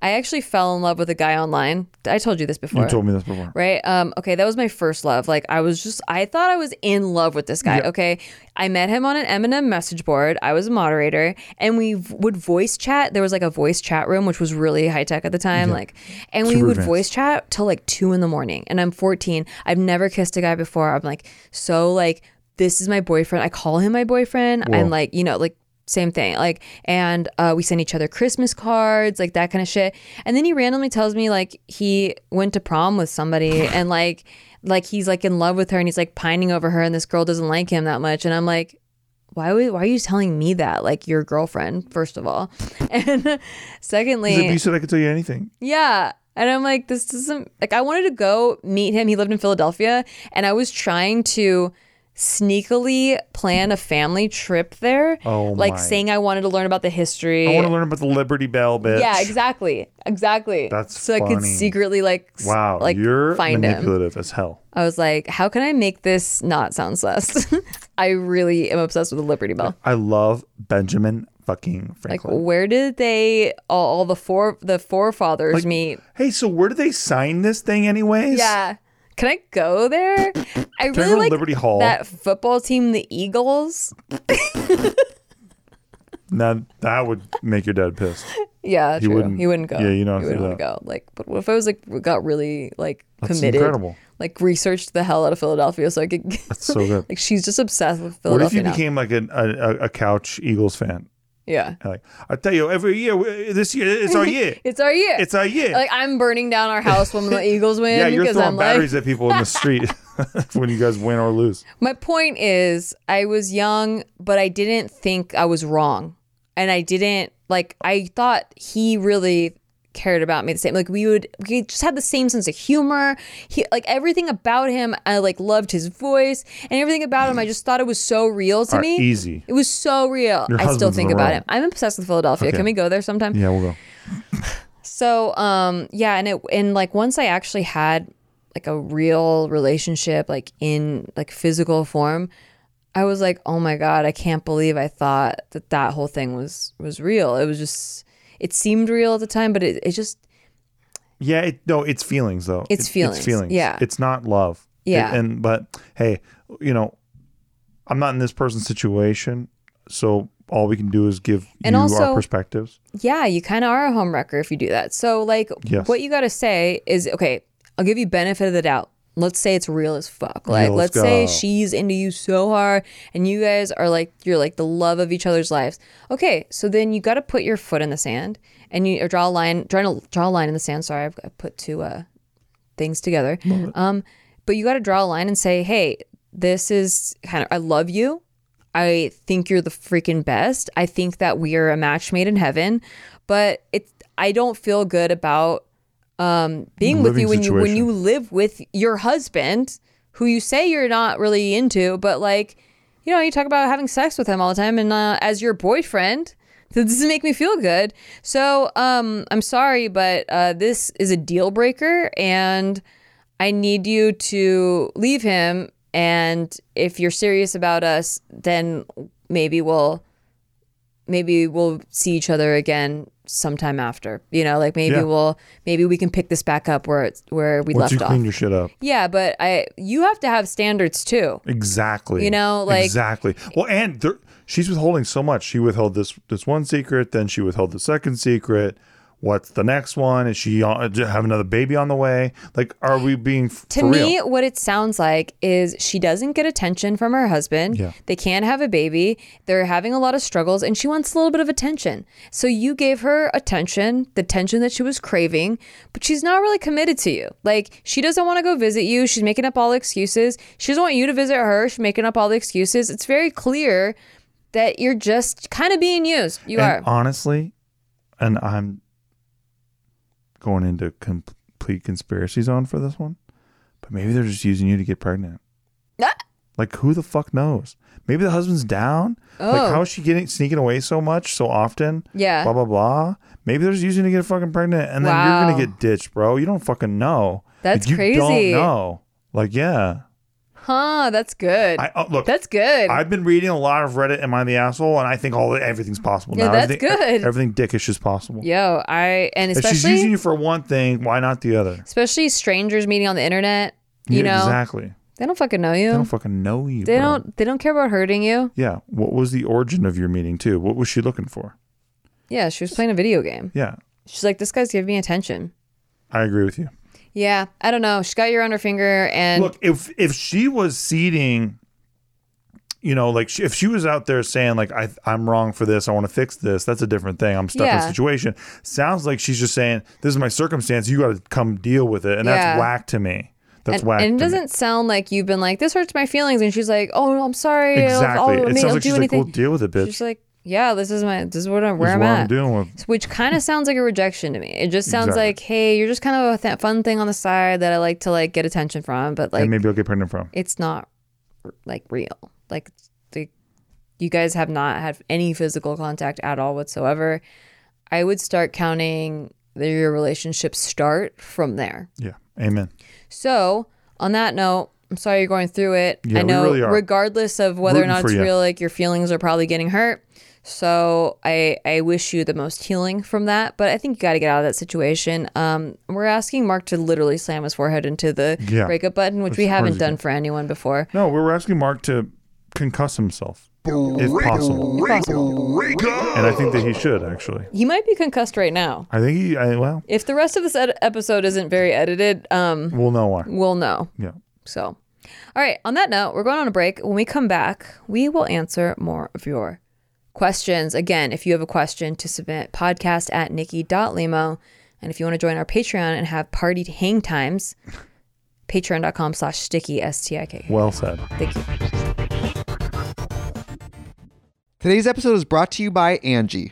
[SPEAKER 1] i actually fell in love with a guy online i told you this before
[SPEAKER 2] You told me this before.
[SPEAKER 1] right um okay that was my first love like i was just i thought i was in love with this guy okay i met him on an eminem message board i was a moderator and we v- would voice chat there was like a voice chat room which was really high tech at the time like and we
[SPEAKER 2] Super
[SPEAKER 1] would
[SPEAKER 2] advanced.
[SPEAKER 1] voice chat till like two in the morning and i'm 14 i've never kissed a guy before i'm like so like this is my boyfriend i call him my boyfriend i'm like you know like same thing like and uh, we send each other christmas cards like that kind of shit and then he randomly tells me like he went to prom with somebody and like like he's like in love with her and he's like pining over her and this girl doesn't like him that much and i'm like why would why are you telling me that like your girlfriend first of all and secondly
[SPEAKER 2] He's like, you said I could tell you anything.
[SPEAKER 1] yeah. And I'm like, this doesn't like I wanted to go meet him. He lived in Philadelphia and I was trying to sneakily plan a family trip there.
[SPEAKER 2] Oh,
[SPEAKER 1] like
[SPEAKER 2] my.
[SPEAKER 1] saying I wanted to learn about the history.
[SPEAKER 2] I want to learn about the Liberty Bell, bitch.
[SPEAKER 1] yeah, exactly. Exactly.
[SPEAKER 2] That's
[SPEAKER 1] so I could
[SPEAKER 2] funny.
[SPEAKER 1] secretly like s-
[SPEAKER 2] Wow,
[SPEAKER 1] like
[SPEAKER 2] you're
[SPEAKER 1] find him.
[SPEAKER 2] manipulative as hell.
[SPEAKER 1] I was like, how can I make this not sound sus? I really am obsessed with the Liberty Bell.
[SPEAKER 2] I love Benjamin fucking
[SPEAKER 1] Like
[SPEAKER 2] Franklin.
[SPEAKER 1] where did they all, all the four the forefathers meet?
[SPEAKER 2] hey, so where do they sign this thing, anyways?
[SPEAKER 1] Yeah. Can I go there? I
[SPEAKER 2] Can I
[SPEAKER 1] really
[SPEAKER 2] go to
[SPEAKER 1] like
[SPEAKER 2] Liberty Hall?
[SPEAKER 1] that football team, the Eagles.
[SPEAKER 2] Now that would make your dad pissed.
[SPEAKER 1] Yeah, true.
[SPEAKER 2] wouldn't-
[SPEAKER 1] he wouldn't go.
[SPEAKER 2] yeah, you don't
[SPEAKER 1] He
[SPEAKER 2] have to
[SPEAKER 1] wouldn't
[SPEAKER 2] do
[SPEAKER 1] want to go. Like, but what if I was like got really like
[SPEAKER 2] That's
[SPEAKER 1] committed?
[SPEAKER 2] incredible.
[SPEAKER 1] Like researched the hell out of Philadelphia so I could.
[SPEAKER 2] That's so good.
[SPEAKER 1] like she's just obsessed with
[SPEAKER 2] What if
[SPEAKER 1] Philadelphia
[SPEAKER 2] you
[SPEAKER 1] now.
[SPEAKER 2] became like an, a, a- a couch Eagles fan?
[SPEAKER 1] yeah,
[SPEAKER 2] Like I tell you, every year we- this year it's our year.
[SPEAKER 1] it's our year.
[SPEAKER 2] It's our year.
[SPEAKER 1] like I'm burning down our house when the Eagles win.
[SPEAKER 2] yeah, you're
[SPEAKER 1] because
[SPEAKER 2] throwing
[SPEAKER 1] I'm like,
[SPEAKER 2] batteries at people in the street. when you guys win or lose.
[SPEAKER 1] My point is, I was young, but I didn't think I was wrong. And I didn't, like, I thought he really cared about me the same. Like, we would, we just had the same sense of humor. He, like, everything about him, I, like, loved his voice and everything about him. I just thought it was so real to
[SPEAKER 2] All
[SPEAKER 1] me.
[SPEAKER 2] right, easy.
[SPEAKER 1] It was so real.
[SPEAKER 2] Your
[SPEAKER 1] I still
[SPEAKER 2] husband's
[SPEAKER 1] think
[SPEAKER 2] in the
[SPEAKER 1] about
[SPEAKER 2] wrong.
[SPEAKER 1] him. I'm obsessed with Philadelphia.
[SPEAKER 2] Okay.
[SPEAKER 1] Can we go there sometime?
[SPEAKER 2] Yeah, we'll go.
[SPEAKER 1] So um yeah, and it and like once I actually had like a real relationship, like in like physical form, I was like, oh my god, I can't believe I thought that that whole thing was was real. It was just it seemed real at the time, but it, it just
[SPEAKER 2] Yeah, it, no, it's feelings though.
[SPEAKER 1] It's
[SPEAKER 2] It-
[SPEAKER 1] feelings,
[SPEAKER 2] It's feelings.
[SPEAKER 1] yeah.
[SPEAKER 2] it's not love.
[SPEAKER 1] Yeah.
[SPEAKER 2] It- and but hey, you know, I'm not in this person's situation, so all we can do is give
[SPEAKER 1] And
[SPEAKER 2] you
[SPEAKER 1] also-
[SPEAKER 2] our perspectives.
[SPEAKER 1] yeah, you kind of are a homewrecker if you do that. So like,
[SPEAKER 2] Yes.
[SPEAKER 1] what you got to say is okay. I'll give you benefit of the doubt. Let's say it's real as fuck. Like,
[SPEAKER 2] let's
[SPEAKER 1] let's, say
[SPEAKER 2] go.
[SPEAKER 1] she's into you so hard, and you guys are like, you're like the love of each other's lives. Okay, so then you got to put your foot in the sand, and you or draw a line, draw a, draw a line in the sand. Sorry, I've I put two uh, things together. Um, but you got to draw a line and say, hey, this is kind of, I love you. I think you're the freaking best. I think that we are a match made in heaven, but it's, I don't feel good about um, being with
[SPEAKER 2] Living
[SPEAKER 1] you when you when
[SPEAKER 2] situation.
[SPEAKER 1] you live with your husband, who you say you're not really into, but like, you know, you talk about having sex with him all the time, and uh, as your boyfriend, that doesn't make me feel good. So um, I'm sorry, but uh, this is a deal breaker, and I need you to leave him. And if you're serious about us, then maybe we'll maybe we'll see each other again sometime after. You know, like maybe
[SPEAKER 2] Yeah.
[SPEAKER 1] we'll maybe we can pick this back up where it's where we
[SPEAKER 2] Once you
[SPEAKER 1] left off.
[SPEAKER 2] clean your shit up,
[SPEAKER 1] yeah, but I you have to have standards too.
[SPEAKER 2] exactly.
[SPEAKER 1] You know, like-
[SPEAKER 2] exactly. Well, and there, she's withholding so much. She withheld this this one secret, then she withheld the second secret. What's the next one? Is she on, do you have another baby on the way? Like, are we being f-
[SPEAKER 1] To
[SPEAKER 2] for
[SPEAKER 1] me,
[SPEAKER 2] real?
[SPEAKER 1] what it sounds like is she doesn't get attention from her husband.
[SPEAKER 2] Yeah.
[SPEAKER 1] They can't have a baby. They're having a lot of struggles and she wants a little bit of attention. So you gave her attention, the attention that she was craving, but she's not really committed to you. Like she doesn't want to go visit you. She's making up all the excuses. She doesn't want you to visit her. She's making up all the excuses. It's very clear that you're just kind of being used. You
[SPEAKER 2] and
[SPEAKER 1] are.
[SPEAKER 2] honestly, and I'm going into complete conspiracy zone for this one, but maybe they're just using you to get pregnant.
[SPEAKER 1] Ah!
[SPEAKER 2] Like, who the fuck knows? Maybe the husband's down. Like,
[SPEAKER 1] Oh.
[SPEAKER 2] how is she getting sneaking away so much, so often?
[SPEAKER 1] Yeah.
[SPEAKER 2] Blah blah blah. Maybe they're just using you to get fucking pregnant, and then you're
[SPEAKER 1] Wow.
[SPEAKER 2] gonna get ditched, bro. You don't fucking know.
[SPEAKER 1] That's
[SPEAKER 2] Like, you
[SPEAKER 1] crazy.
[SPEAKER 2] Don't know. Like, yeah.
[SPEAKER 1] Ah, Huh, that's good.
[SPEAKER 2] I oh, look.
[SPEAKER 1] that's good.
[SPEAKER 2] I've been reading a lot of Reddit. Am I the asshole? And I think all everything's possible
[SPEAKER 1] Yeah,
[SPEAKER 2] now.
[SPEAKER 1] that's
[SPEAKER 2] everything, e-
[SPEAKER 1] good.
[SPEAKER 2] Everything dickish is possible.
[SPEAKER 1] Yo, I and
[SPEAKER 2] If
[SPEAKER 1] especially
[SPEAKER 2] she's using you for one thing, why not the other?
[SPEAKER 1] especially strangers meeting on the internet. You
[SPEAKER 2] Yeah,
[SPEAKER 1] know,
[SPEAKER 2] exactly.
[SPEAKER 1] they don't fucking know you.
[SPEAKER 2] They don't fucking know you.
[SPEAKER 1] They
[SPEAKER 2] bro.
[SPEAKER 1] don't. They don't care about hurting you.
[SPEAKER 2] Yeah. What was the origin of your meeting too? What was she looking for?
[SPEAKER 1] Yeah, she was playing a video game.
[SPEAKER 2] Yeah,
[SPEAKER 1] She's like, this guy's giving me attention.
[SPEAKER 2] I agree with you.
[SPEAKER 1] Yeah, I don't know. She got your on her finger, and
[SPEAKER 2] Look, if if she was seeding, you know, like she, if she was out there saying like I I'm wrong for this, I want to fix this, that's a different thing. I'm stuck in
[SPEAKER 1] Yeah.
[SPEAKER 2] a situation. Sounds like she's just saying this is my circumstance. You got to come deal with it, and
[SPEAKER 1] Yeah.
[SPEAKER 2] that's whack to me. That's
[SPEAKER 1] and,
[SPEAKER 2] whack.
[SPEAKER 1] and it
[SPEAKER 2] to me.
[SPEAKER 1] doesn't sound like you've been like, this hurts my feelings. And she's like, oh, I'm sorry.
[SPEAKER 2] exactly.
[SPEAKER 1] I'll, I'll,
[SPEAKER 2] it
[SPEAKER 1] me-
[SPEAKER 2] sounds
[SPEAKER 1] I'll
[SPEAKER 2] like
[SPEAKER 1] do
[SPEAKER 2] she's like,
[SPEAKER 1] anything.
[SPEAKER 2] we'll deal with it, bitch.
[SPEAKER 1] she's like, yeah, this is my. This is what I'm where
[SPEAKER 2] This is
[SPEAKER 1] I'm
[SPEAKER 2] what
[SPEAKER 1] at.
[SPEAKER 2] I'm dealing with.
[SPEAKER 1] which kind of sounds like a rejection to me. It just sounds
[SPEAKER 2] Exactly.
[SPEAKER 1] like, hey, you're just kind of a th- fun thing on the side that I like to like get attention from, but like
[SPEAKER 2] and maybe I'll get pregnant from.
[SPEAKER 1] it's not like real. Like the, you guys have not had any physical contact at all whatsoever. I would start counting the, your relationship start from there.
[SPEAKER 2] Yeah. Amen.
[SPEAKER 1] So on that note, I'm sorry you're going through it.
[SPEAKER 2] Yeah,
[SPEAKER 1] I
[SPEAKER 2] we
[SPEAKER 1] know,
[SPEAKER 2] really are.
[SPEAKER 1] regardless of whether
[SPEAKER 2] Rooting
[SPEAKER 1] or not
[SPEAKER 2] for
[SPEAKER 1] it's
[SPEAKER 2] you.
[SPEAKER 1] real, like your feelings are probably getting hurt. So I I wish you the most healing from that. But I think you got to get out of that situation. Um, we're asking Mark to literally slam his forehead into the
[SPEAKER 2] Yeah.
[SPEAKER 1] breakup button, which we
[SPEAKER 2] As hard
[SPEAKER 1] haven't
[SPEAKER 2] as you
[SPEAKER 1] done for anyone before.
[SPEAKER 2] No, we were asking Mark to concuss himself if possible. And I think that he should actually.
[SPEAKER 1] He might be concussed right now.
[SPEAKER 2] I think he I, well,
[SPEAKER 1] If the rest of this ed- episode isn't very edited, um,
[SPEAKER 2] we'll know why.
[SPEAKER 1] we'll know.
[SPEAKER 2] Yeah.
[SPEAKER 1] So, all right. On that note, we're going on a break. When we come back, we will answer more of your questions. Again, if you have a question to submit, podcast at nikki.limo. And if you want to join our Patreon and have party hang times, patreon.com slash sticky, S-T-I-K.
[SPEAKER 2] Well said.
[SPEAKER 1] Thank you.
[SPEAKER 3] Today's episode is brought to you by Angie.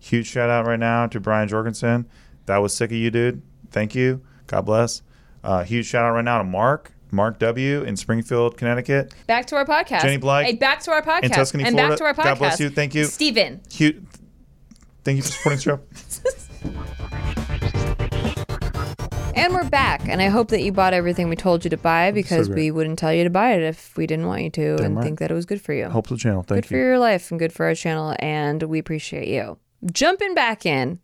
[SPEAKER 2] huge shout out right now to Brian Jorgensen. That was sick of you, dude. Thank you. God bless. Uh, huge shout out right now to Mark, Mark W. in Springfield, Connecticut.
[SPEAKER 1] Back to our podcast,
[SPEAKER 2] Jenny Blythe
[SPEAKER 1] Hey, back to our podcast,
[SPEAKER 2] in Tuscany,
[SPEAKER 1] and
[SPEAKER 2] Florida.
[SPEAKER 1] back to our podcast.
[SPEAKER 2] God bless you. Thank you.
[SPEAKER 1] Steven.
[SPEAKER 2] Huge. Thank you for supporting the show.
[SPEAKER 1] And we're back, and I hope that you bought everything we told you to buy because
[SPEAKER 2] great.
[SPEAKER 1] we wouldn't tell you to buy it if we didn't want you to and
[SPEAKER 2] right.
[SPEAKER 1] think that it was good for you.
[SPEAKER 2] Helps the channel.
[SPEAKER 1] good
[SPEAKER 2] Thank
[SPEAKER 1] for
[SPEAKER 2] you.
[SPEAKER 1] your life and good for our channel, and we appreciate you. Jumping back in,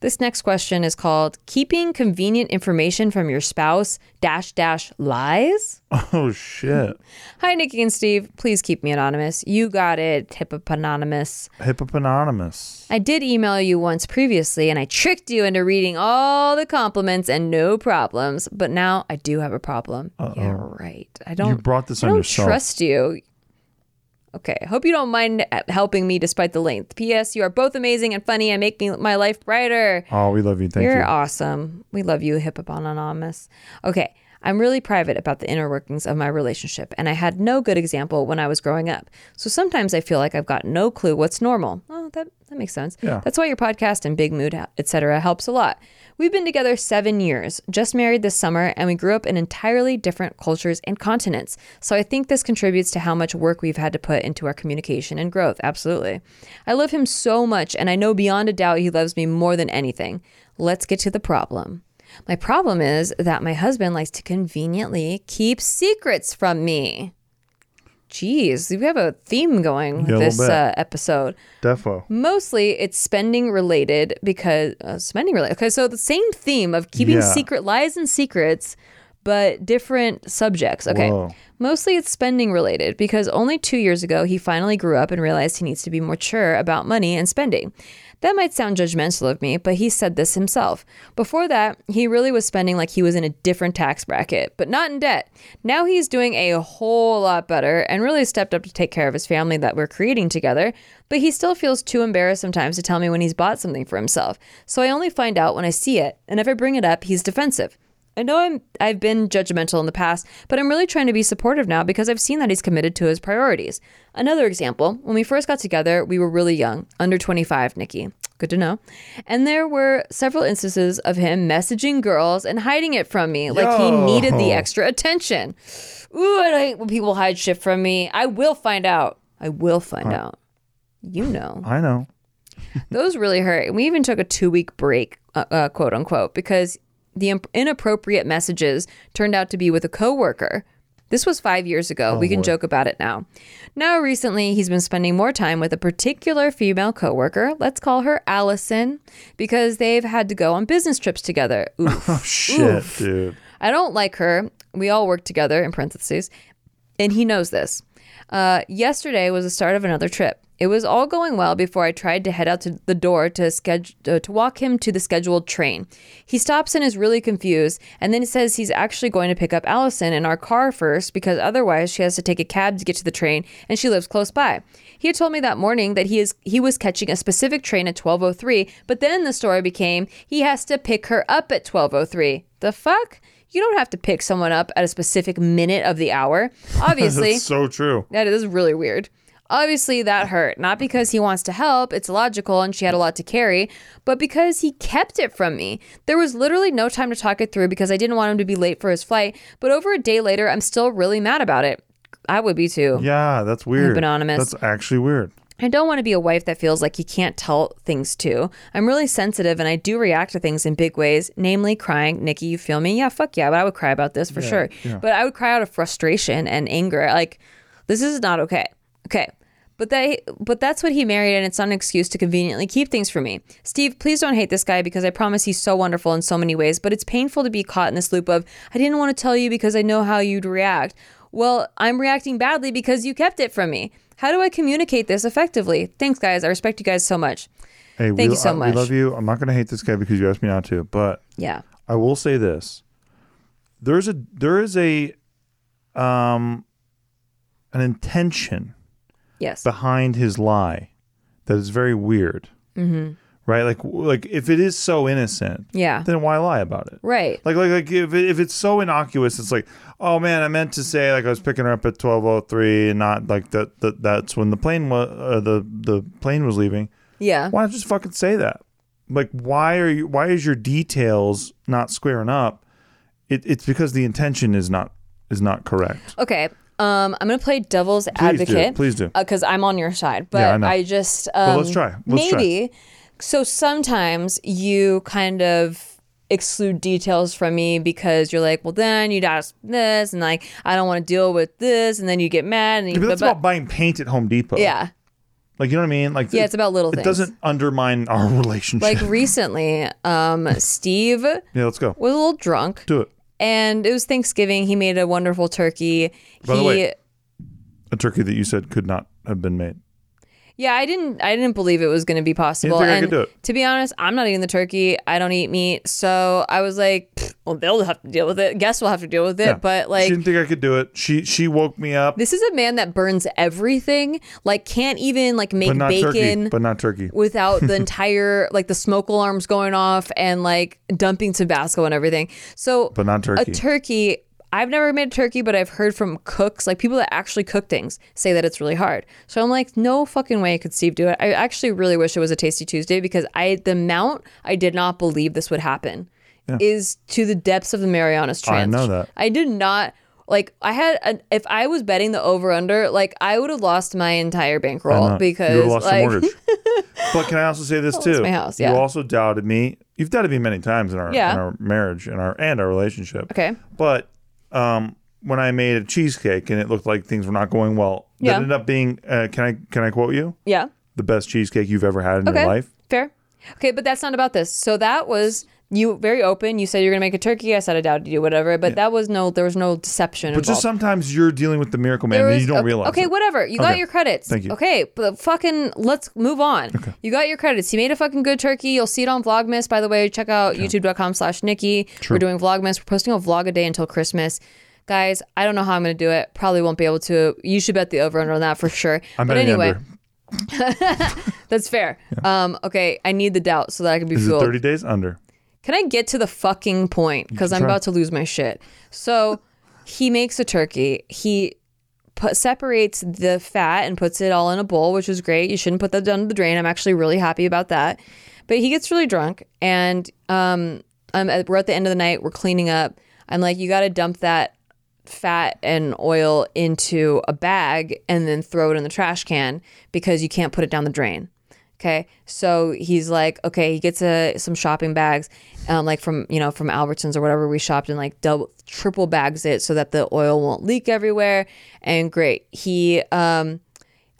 [SPEAKER 1] this next question is called "Keeping Convenient Information from Your Spouse Dash Dash Lies."
[SPEAKER 2] Oh, shit.
[SPEAKER 1] Hi, Nikki and Steve. Please keep me anonymous. You got it, Hippopanonymous.
[SPEAKER 2] Hippopotamus.
[SPEAKER 1] I did email you once previously, and I tricked you into reading all the compliments and no problems. But now I do have a problem. Yeah, right. I don't.
[SPEAKER 2] brought this
[SPEAKER 1] I
[SPEAKER 2] on
[SPEAKER 1] don't
[SPEAKER 2] yourself.
[SPEAKER 1] Trust you. Okay. Hope you don't mind uh, helping me despite the length. P.S. You are both amazing and funny and make me my life brighter.
[SPEAKER 2] Oh, we love you. Thank
[SPEAKER 1] You're
[SPEAKER 2] you.
[SPEAKER 1] awesome. We love you, Hippopotamus. Okay. I'm really private about the inner workings of my relationship, and I had no good example when I was growing up. So sometimes I feel like I've got no clue what's normal. Oh, that, that makes sense.
[SPEAKER 2] Yeah.
[SPEAKER 1] That's why your podcast and Big Mood, etc., helps a lot. We've been together seven years, just married this summer, and we grew up in entirely different cultures and continents. So I think this contributes to how much work we've had to put into our communication and growth. Absolutely. I love him so much, and I know beyond a doubt he loves me more than anything. Let's get to the problem. My problem is that my husband likes to conveniently keep secrets from me. Jeez, we have a theme going with
[SPEAKER 2] Yeah, a little
[SPEAKER 1] this
[SPEAKER 2] bit.
[SPEAKER 1] uh, episode.
[SPEAKER 2] Defo.
[SPEAKER 1] Mostly it's spending related because uh, spending related. Okay, so the same theme of keeping
[SPEAKER 2] Yeah.
[SPEAKER 1] secret lies and secrets, but different subjects. Okay.
[SPEAKER 2] Whoa.
[SPEAKER 1] Mostly it's spending related because only two years ago he finally grew up and realized he needs to be mature about money and spending. That might sound judgmental of me, but he said this himself. Before that, he really was spending like he was in a different tax bracket, but not in debt. Now he's doing a whole lot better and really stepped up to take care of his family that we're creating together, but he still feels too embarrassed sometimes to tell me when he's bought something for himself. So I only find out when I see it, and if I bring it up, he's defensive. I know I'm I've been judgmental in the past, but I'm really trying to be supportive now because I've seen that he's committed to his priorities. Another example, when we first got together, we were really young, under 25, Nikki. Good to know. And there were several instances of him messaging girls and hiding it from me, like he
[SPEAKER 2] Yo.
[SPEAKER 1] needed the extra attention. Ooh, I hate when people hide shit from me. I will find out. I will find out. You know
[SPEAKER 2] I know.
[SPEAKER 1] those really hurt. And we even took a two week break, uh, uh, quote unquote, because the imp- inappropriate messages turned out to be with a coworker. This was five years ago. we can joke about it now. Now, recently, he's been spending more time with a particular female coworker. Let's call her Allison because they've had to go on business trips together. Oof.
[SPEAKER 2] Shit, dude.
[SPEAKER 1] I don't like her. We all work together, in parentheses, and he knows this. Uh, yesterday was the start of another trip. It was all going well before I tried to head out to the door to schedule uh, to walk him to the scheduled train. He stops and is really confused, and then he says he's actually going to pick up Allison in our car first because otherwise she has to take a cab to get to the train, and she lives close by. He had told me that morning that he is he was catching a specific train at 12:03, but then the story became he has to pick her up at 12:03. The fuck? You don't have to pick someone up at a specific minute of the hour. Obviously,
[SPEAKER 2] That's so true.
[SPEAKER 1] that is really weird. Obviously, that hurt. Not because he wants to help, it's logical and she had a lot to carry, but because he kept it from me. There was literally no time to talk it through because I didn't want him to be late for his flight, but over a day later, I'm still really mad about it. I would be too.
[SPEAKER 2] Yeah, that's weird.
[SPEAKER 1] Anonymous.
[SPEAKER 2] That's actually weird.
[SPEAKER 1] I don't want to be a wife that feels like you can't tell things to. I'm really sensitive and I do react to things in big ways, namely crying. Nikki, you feel me? Yeah, fuck yeah, but I would cry about this for sure. But I would cry out of frustration and anger. Like, this is not okay. Okay. But they but that's what he married and it's not an excuse to conveniently keep things from me. Steve, please don't hate this guy because I promise he's so wonderful in so many ways, but it's painful to be caught in this loop of I didn't want to tell you because I know how you'd react. Well, I'm reacting badly because you kept it from me. How do I communicate this effectively? Thanks, guys. I respect you guys so much.
[SPEAKER 2] Hey, we,
[SPEAKER 1] Thank you so
[SPEAKER 2] I-
[SPEAKER 1] much.
[SPEAKER 2] We love you. I'm not gonna hate this guy because you asked me not to, but
[SPEAKER 1] Yeah.
[SPEAKER 2] I will say this: there's a there is a um an intention
[SPEAKER 1] Yes.
[SPEAKER 2] behind his lie that is very weird, mm-hmm. right? Like like if it is so innocent,
[SPEAKER 1] Yeah.
[SPEAKER 2] then why lie about it?
[SPEAKER 1] Right.
[SPEAKER 2] Like like like if, it- if it's so innocuous, it's like, oh man, I meant to say like I was picking her up at twelve oh three, and not like that, that that's when the plane was uh, the the plane was leaving.
[SPEAKER 1] Yeah.
[SPEAKER 2] Why not just fucking say that? Like why are you? Why is your details not squaring up? It, it's because the intention is not is not correct.
[SPEAKER 1] Okay. Um, I'm gonna play devil's
[SPEAKER 2] Please do.
[SPEAKER 1] advocate.
[SPEAKER 2] Please do.
[SPEAKER 1] Because I'm on your side, but
[SPEAKER 2] Yeah, I
[SPEAKER 1] I,
[SPEAKER 2] know.
[SPEAKER 1] just um,
[SPEAKER 2] Well, let's try. Let's try.
[SPEAKER 1] maybe. So sometimes you kind of exclude details from me because you're like, well, then you'd ask this, and like I don't want to deal with this, and then you get mad, and you,
[SPEAKER 2] Yeah, but that's
[SPEAKER 1] but-
[SPEAKER 2] about buying paint at Home Depot.
[SPEAKER 1] yeah.
[SPEAKER 2] like you know what I mean. Like
[SPEAKER 1] Yeah, it's about little
[SPEAKER 2] It
[SPEAKER 1] things.
[SPEAKER 2] doesn't undermine our relationship.
[SPEAKER 1] Like recently, um, Steve was
[SPEAKER 2] yeah, let's go.
[SPEAKER 1] a little drunk.
[SPEAKER 2] Do it.
[SPEAKER 1] and it was Thanksgiving. He made a wonderful turkey.
[SPEAKER 2] By
[SPEAKER 1] he,
[SPEAKER 2] the way- A turkey that you said could not have been made.
[SPEAKER 1] yeah, I didn't, I didn't believe it was going to be possible.
[SPEAKER 2] think I
[SPEAKER 1] and
[SPEAKER 2] could do it?
[SPEAKER 1] to be honest, I'm not eating the turkey. I don't eat meat, so I was like, "Pfft, well, they'll have to deal with it. Guess we'll have to deal with it.
[SPEAKER 2] Yeah.
[SPEAKER 1] But
[SPEAKER 2] she
[SPEAKER 1] like,
[SPEAKER 2] didn't think I could do it. She she woke me up,
[SPEAKER 1] this is a man that burns everything. Like, can't even like make
[SPEAKER 2] but not turkey,
[SPEAKER 1] bacon.
[SPEAKER 2] but not turkey.
[SPEAKER 1] without the entire like the smoke alarms going off and like dumping Tabasco and everything. So
[SPEAKER 2] But not turkey.
[SPEAKER 1] A turkey. I've never made a turkey, but I've heard from cooks, like people that actually cook things, say that it's really hard. So I'm like, no fucking way could Steve do it. I actually really wish it was a Tasty Tuesday because I the amount I did not believe this would happen is to the depths of the Marianas
[SPEAKER 2] Oh, I
[SPEAKER 1] Trench.
[SPEAKER 2] know that.
[SPEAKER 1] I did not like I had an, if I was betting the over under, like I would have lost my entire bankroll
[SPEAKER 2] Not-
[SPEAKER 1] because
[SPEAKER 2] you would've lost
[SPEAKER 1] like
[SPEAKER 2] your mortgage. but can I also say this too?
[SPEAKER 1] my house,
[SPEAKER 2] You
[SPEAKER 1] yeah.
[SPEAKER 2] also doubted me. You've doubted me many times in our
[SPEAKER 1] Yeah.
[SPEAKER 2] in our marriage and our and our relationship.
[SPEAKER 1] Okay.
[SPEAKER 2] But um, when I made a cheesecake and it looked like things were not going well,
[SPEAKER 1] Yeah.
[SPEAKER 2] that ended up being uh, can I can I quote you?
[SPEAKER 1] Yeah.
[SPEAKER 2] The best cheesecake you've ever had in
[SPEAKER 1] Okay.
[SPEAKER 2] your life.
[SPEAKER 1] Fair. Okay, but that's not about this. So that was you very open. You said you're gonna make a turkey. I said I doubted you, whatever. But that was no, there was no deception
[SPEAKER 2] But just
[SPEAKER 1] involved.
[SPEAKER 2] sometimes you're dealing with the miracle man
[SPEAKER 1] There
[SPEAKER 2] and
[SPEAKER 1] was-
[SPEAKER 2] you don't
[SPEAKER 1] okay,
[SPEAKER 2] realize.
[SPEAKER 1] Okay,
[SPEAKER 2] it.
[SPEAKER 1] whatever. You got
[SPEAKER 2] Okay.
[SPEAKER 1] your credits.
[SPEAKER 2] Thank you.
[SPEAKER 1] Okay, but fucking let's move on. You got your credits. You made a fucking good turkey. You'll see it on Vlogmas. By the way, check out youtube.com slash Nikki. We're doing Vlogmas. We're posting a vlog a day until Christmas. Guys, I don't know how I'm gonna do it. Probably won't be able to. You should bet the over under on that for sure.
[SPEAKER 2] I'm
[SPEAKER 1] but
[SPEAKER 2] betting
[SPEAKER 1] anyway,
[SPEAKER 2] under.
[SPEAKER 1] that's fair. Um, okay, I need the doubt so that I can be
[SPEAKER 2] Is it
[SPEAKER 1] fooled.
[SPEAKER 2] 30 days under?
[SPEAKER 1] Can I get to the fucking point? Because I'm about to lose my shit. So he makes a turkey. He put, separates the fat and puts it all in a bowl, which is great. You shouldn't put that down the drain. I'm actually really happy about that. But he gets really drunk, and um, I'm at, we're at the end of the night. We're cleaning up. I'm like, you got to dump that fat and oil into a bag and then throw it in the trash can because you can't put it down the drain. Okay, so he's like, okay, he gets a, some shopping bags, um, like from you know from Albertsons or whatever we shopped, and like double triple bags it so that the oil won't leak everywhere. And great, he, um,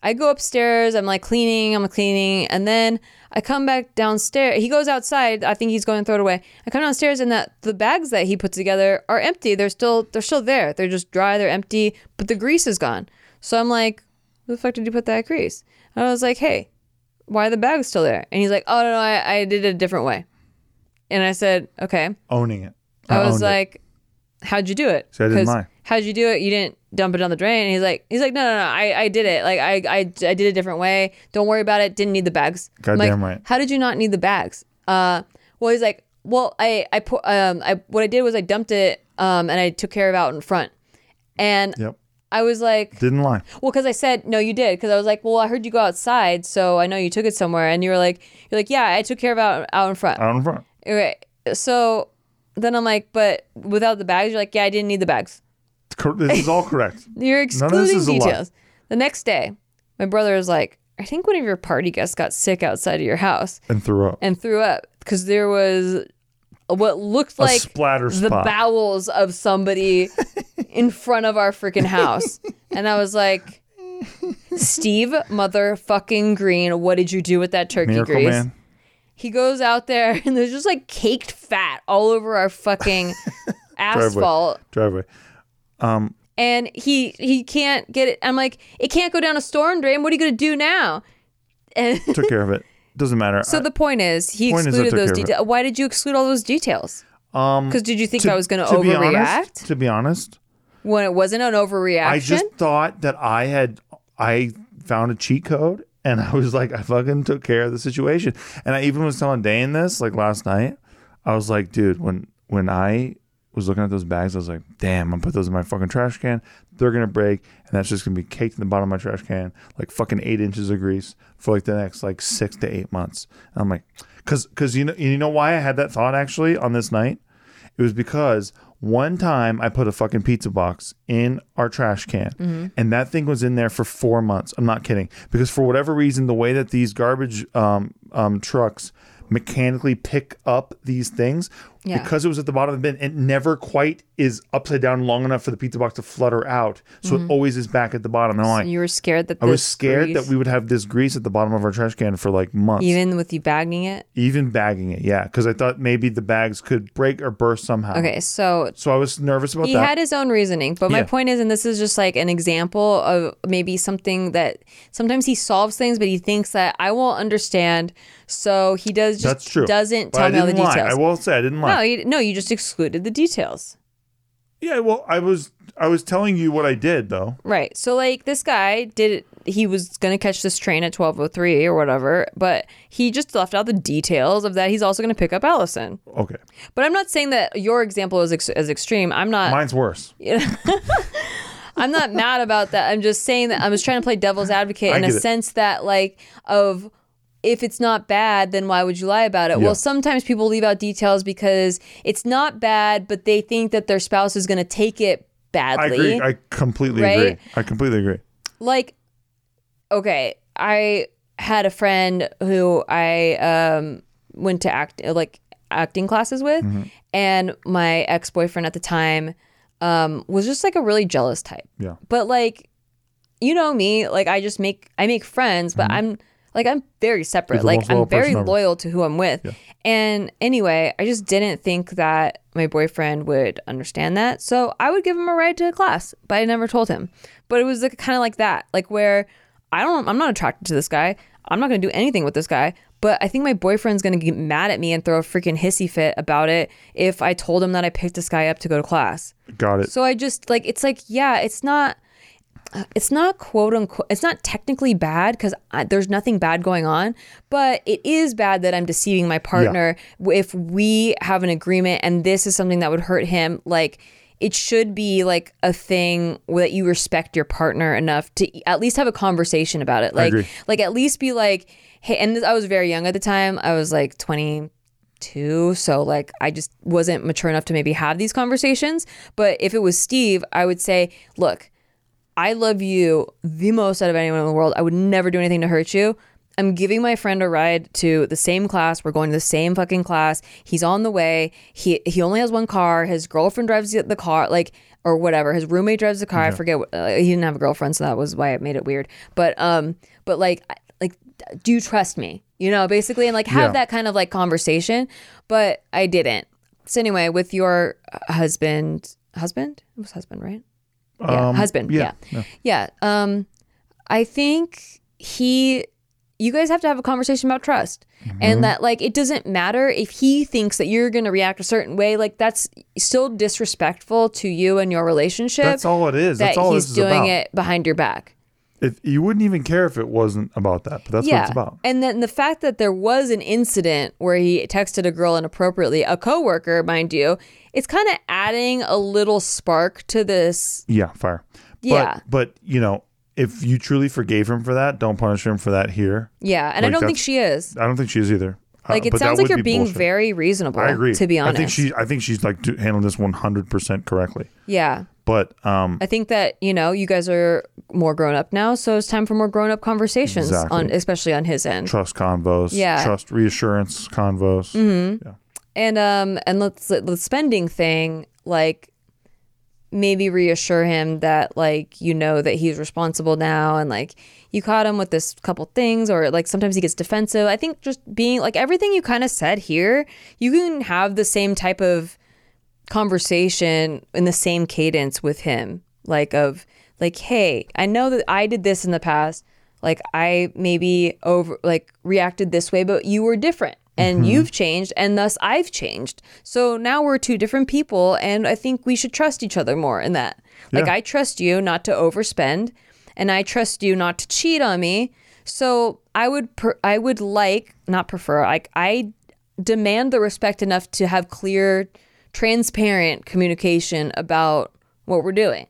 [SPEAKER 1] I go upstairs, I'm like cleaning, I'm cleaning, and then I come back downstairs. He goes outside, I think he's going to throw it away. I come downstairs, and that the bags that he put together are empty. They're still they're still there. They're just dry. They're empty, but the grease is gone. So I'm like, where the fuck did you put that grease? And I was like, hey why are the bags still there? And he's like, oh, no, no, I, I did it a different way. And I said, okay.
[SPEAKER 2] Owning it.
[SPEAKER 1] I was
[SPEAKER 2] owned it.
[SPEAKER 1] like, how'd you do it?
[SPEAKER 2] So I didn't
[SPEAKER 1] 'Cause
[SPEAKER 2] lie.
[SPEAKER 1] How'd you do it? You didn't dump it down the drain. And he's like, he's like, no, no, no, I, I did it. Like, I, I, I did it a different way. Don't worry about it. Didn't need the bags. I'm
[SPEAKER 2] Goddamn
[SPEAKER 1] like,
[SPEAKER 2] right.
[SPEAKER 1] How did you not need the bags? Uh, well, he's like, well, I, I put, um, I, what I did was I dumped it, um, and I took care of it out in front. And
[SPEAKER 2] Yep.
[SPEAKER 1] I was like,
[SPEAKER 2] Didn't lie.
[SPEAKER 1] well, because I said no, you did. Because I was like, well, I heard you go outside, so I know you took it somewhere. And you were like, you're like, yeah, I took care of it out out in front.
[SPEAKER 2] Out in front.
[SPEAKER 1] Right. So then I'm like, but without the bags, you're like, yeah, I didn't need the bags.
[SPEAKER 2] Cor- This is all correct.
[SPEAKER 1] You're
[SPEAKER 2] of this
[SPEAKER 1] excluding
[SPEAKER 2] is a lie.
[SPEAKER 1] details. The next day, my brother was like, I think one of your party guests got sick outside of your house
[SPEAKER 2] And threw up.
[SPEAKER 1] and threw up because there was what looked like
[SPEAKER 2] splatter
[SPEAKER 1] the
[SPEAKER 2] spot.
[SPEAKER 1] bowels of somebody in front of our freaking house. And I was like, Steve motherfucking Green, what did you do with that turkey
[SPEAKER 2] Miracle
[SPEAKER 1] grease?
[SPEAKER 2] Man.
[SPEAKER 1] He goes out there and there's just like caked fat all over our fucking asphalt.
[SPEAKER 2] Driveway.
[SPEAKER 1] And he he can't get it. I'm like, it can't go down a storm drain. What are you gonna do now? And
[SPEAKER 2] Took care of it. Doesn't matter.
[SPEAKER 1] so the point is, he
[SPEAKER 2] Point is I
[SPEAKER 1] excluded
[SPEAKER 2] took
[SPEAKER 1] those
[SPEAKER 2] care of it.
[SPEAKER 1] details. Why did you exclude all those details?
[SPEAKER 2] um,
[SPEAKER 1] Because did you think I was going to
[SPEAKER 2] be
[SPEAKER 1] overreact
[SPEAKER 2] honest, to be honest,
[SPEAKER 1] when it wasn't an overreaction?
[SPEAKER 2] I just thought that I had I found a cheat code and I was like, I fucking took care of the situation. And I even was telling Dane this like last night. I was like, dude, when when I was looking at those bags, I was like, damn, I'm gonna put those in my fucking trash can. They're gonna break, and that's just gonna be caked in the bottom of my trash can, like fucking eight inches of grease for like the next like six to eight months. And I'm like, cause cause you know you know why I had that thought actually on this night? It was because one time I put a fucking pizza box in our trash can,
[SPEAKER 1] Mm-hmm.
[SPEAKER 2] and that thing was in there for four months. I'm not kidding. Because for whatever reason, the way that these garbage um, um, trucks mechanically pick up these things,
[SPEAKER 1] Yeah.
[SPEAKER 2] because it was at the bottom of the bin, it never quite is upside down long enough for the pizza box to flutter out. So it always is back at the bottom. And I'm like,
[SPEAKER 1] Mm-hmm. You were scared that
[SPEAKER 2] I was
[SPEAKER 1] this
[SPEAKER 2] scared
[SPEAKER 1] grease-
[SPEAKER 2] that we would have this grease at the bottom of our trash can for like months
[SPEAKER 1] even with you bagging it.
[SPEAKER 2] even bagging it yeah because i thought maybe the bags could break or burst somehow
[SPEAKER 1] Okay, so
[SPEAKER 2] so i was nervous Um, about
[SPEAKER 1] he
[SPEAKER 2] that
[SPEAKER 1] had his own reasoning, but my
[SPEAKER 2] Yeah.
[SPEAKER 1] point is, and this is just like an example of maybe something that sometimes he solves things, but he thinks that I won't understand, so he does just
[SPEAKER 2] that's true
[SPEAKER 1] doesn't
[SPEAKER 2] But
[SPEAKER 1] tell
[SPEAKER 2] I
[SPEAKER 1] me all the
[SPEAKER 2] didn't lie.
[SPEAKER 1] details.
[SPEAKER 2] i will say i didn't lie
[SPEAKER 1] no, you, no, you just excluded the details.
[SPEAKER 2] yeah well i was i was telling you what i did though
[SPEAKER 1] Right. So like this guy did he was going to catch this train at 12:03 or whatever, but he just left out the details of that he's also going to pick up Allison.
[SPEAKER 2] okay
[SPEAKER 1] But I'm not saying that your example is ex- as extreme. I'm not
[SPEAKER 2] mine's worse
[SPEAKER 1] I'm not mad about that. I'm just saying that I was trying to play devil's advocate
[SPEAKER 2] I
[SPEAKER 1] in a
[SPEAKER 2] get it.
[SPEAKER 1] sense that like of if it's not bad, then why would you lie about it?
[SPEAKER 2] Yeah.
[SPEAKER 1] Well, sometimes people leave out details because it's not bad, but they think that their spouse is going to take it badly
[SPEAKER 2] i agree i completely
[SPEAKER 1] Right?
[SPEAKER 2] agree i completely agree
[SPEAKER 1] like okay i had a friend who i um went to act like acting classes with and my ex-boyfriend at the time um was just like a really jealous type
[SPEAKER 2] yeah
[SPEAKER 1] but like you know me like i just make i make friends but i'm like i'm very separate
[SPEAKER 2] the
[SPEAKER 1] like
[SPEAKER 2] most Mm-hmm. loyal
[SPEAKER 1] i'm very
[SPEAKER 2] person ever.
[SPEAKER 1] loyal to who i'm with and anyway i just didn't think that my boyfriend would understand that so i would give him a ride to class but i never told him but it was like kind of like that like where i don't i'm not attracted to this guy i'm not going to do anything with this guy but i think my boyfriend's going to get mad at me and throw a freaking hissy fit about it if i told him that i picked this guy up to go to class
[SPEAKER 2] got it
[SPEAKER 1] so I just like it's like yeah, it's not it's not quote unquote it's not technically bad because there's nothing bad going on but it is bad that i'm deceiving my partner w- if we have an agreement and this is something that would hurt him like it should be like a thing that you respect your partner enough to e- at least have a conversation about it like
[SPEAKER 2] agree.
[SPEAKER 1] like at least be like hey and this, i was very young at the time i was like 20 too. So like I just wasn't mature enough to maybe have these conversations. But if it was Steve, I would say, look, I love you the most out of anyone in the world. I would never do anything to hurt you. I'm giving my friend a ride to the same class. We're going to the same fucking class. He's on the way. He he only has one car. His girlfriend drives the the car, like or whatever. His roommate drives the car. I forget. What, uh, he didn't have a girlfriend, so that was why it made it weird. But um, but like I- like, do you trust me? You know, basically, and like have
[SPEAKER 2] Yeah.
[SPEAKER 1] that kind of like conversation. But I didn't. So anyway, with your husband, husband, it was husband, right? yeah,
[SPEAKER 2] Um,
[SPEAKER 1] husband. Yeah.
[SPEAKER 2] yeah,
[SPEAKER 1] yeah. Um, I think he, you guys have to have a conversation about trust
[SPEAKER 2] Mm-hmm.
[SPEAKER 1] and that, like, it doesn't matter if he thinks that you're going to react a certain way. Like, that's still disrespectful to you and your relationship.
[SPEAKER 2] That's all it is. That's
[SPEAKER 1] that
[SPEAKER 2] all
[SPEAKER 1] he's
[SPEAKER 2] this is
[SPEAKER 1] doing
[SPEAKER 2] about.
[SPEAKER 1] it behind your back.
[SPEAKER 2] If you wouldn't even care if it wasn't about that, but that's what it's about.
[SPEAKER 1] And then the fact that there was an incident where he texted a girl inappropriately, a coworker, mind you, it's kind of adding a little spark to this.
[SPEAKER 2] Yeah, fire.
[SPEAKER 1] Yeah.
[SPEAKER 2] But, but you know, if you truly forgave him for that, don't punish him for that here.
[SPEAKER 1] Yeah. And I
[SPEAKER 2] Like,
[SPEAKER 1] don't think
[SPEAKER 2] that's-
[SPEAKER 1] she is.
[SPEAKER 2] I don't think she is either. Uh,
[SPEAKER 1] Like it
[SPEAKER 2] but that
[SPEAKER 1] sounds like
[SPEAKER 2] would
[SPEAKER 1] you're
[SPEAKER 2] be
[SPEAKER 1] being
[SPEAKER 2] bullshit.
[SPEAKER 1] very reasonable.
[SPEAKER 2] I agree.
[SPEAKER 1] To be honest,
[SPEAKER 2] I think she. I think she's like do- handling this one hundred percent correctly.
[SPEAKER 1] yeah,
[SPEAKER 2] But um,
[SPEAKER 1] I think that you know you guys are more grown up now, so it's time for more grown up conversations
[SPEAKER 2] Exactly.
[SPEAKER 1] on, especially on his end.
[SPEAKER 2] trust convos.
[SPEAKER 1] Yeah. Mm-hmm.
[SPEAKER 2] Trust reassurance convos.
[SPEAKER 1] And um, and let's the spending thing, like maybe reassure him that like you know that he's responsible now, and like you caught him with this couple things, or like sometimes he gets defensive. I think just being like everything you kind of said here, you can have the same type of conversation in the same cadence with him like of like hey i know that i did this in the past like i maybe over like reacted this way but you were different and you've changed and thus i've changed so now we're two different people and i think we should trust each other more in that like
[SPEAKER 2] Yeah.
[SPEAKER 1] i trust you not to overspend and i trust you not to cheat on me so i would per- i would like not prefer like i demand the respect enough to have clear, transparent communication about what we're doing.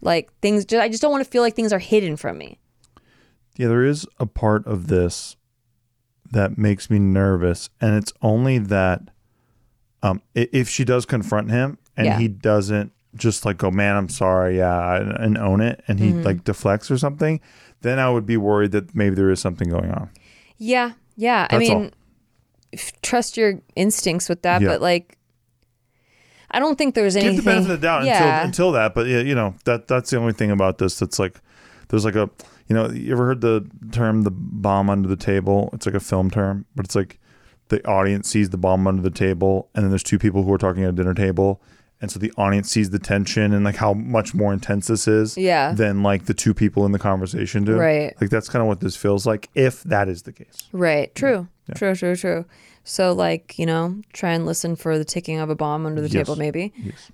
[SPEAKER 1] Like things, just, I just don't want to feel like things are hidden from me.
[SPEAKER 2] Yeah, there is a part of this that makes me nervous, and it's only that um, i- if she does confront him and
[SPEAKER 1] Yeah.
[SPEAKER 2] he doesn't just like go, man, I'm sorry, yeah, and, and own it, and he
[SPEAKER 1] Mm-hmm.
[SPEAKER 2] like deflects or something, then I would be worried that maybe there is something going on.
[SPEAKER 1] Yeah, yeah. I
[SPEAKER 2] That's
[SPEAKER 1] mean,
[SPEAKER 2] all.
[SPEAKER 1] f- trust your instincts with that,
[SPEAKER 2] Yeah.
[SPEAKER 1] but like, I don't think there's anything.
[SPEAKER 2] Give the benefit of the doubt
[SPEAKER 1] Yeah.
[SPEAKER 2] until until that, but yeah, you know that that's the only thing about this that's like there's like a you know you ever heard the term the bomb under the table? It's like a film term, but it's like the audience sees the bomb under the table, and then there's two people who are talking at a dinner table, and so the audience sees the tension and like how much more intense this is,
[SPEAKER 1] Yeah.
[SPEAKER 2] than like the two people in the conversation do,
[SPEAKER 1] Right.
[SPEAKER 2] Like that's kind of what this feels like if that is the case.
[SPEAKER 1] Right. True. True. True. True. So like you know, try and listen for the ticking of a bomb under the
[SPEAKER 2] Yes.
[SPEAKER 1] table, maybe.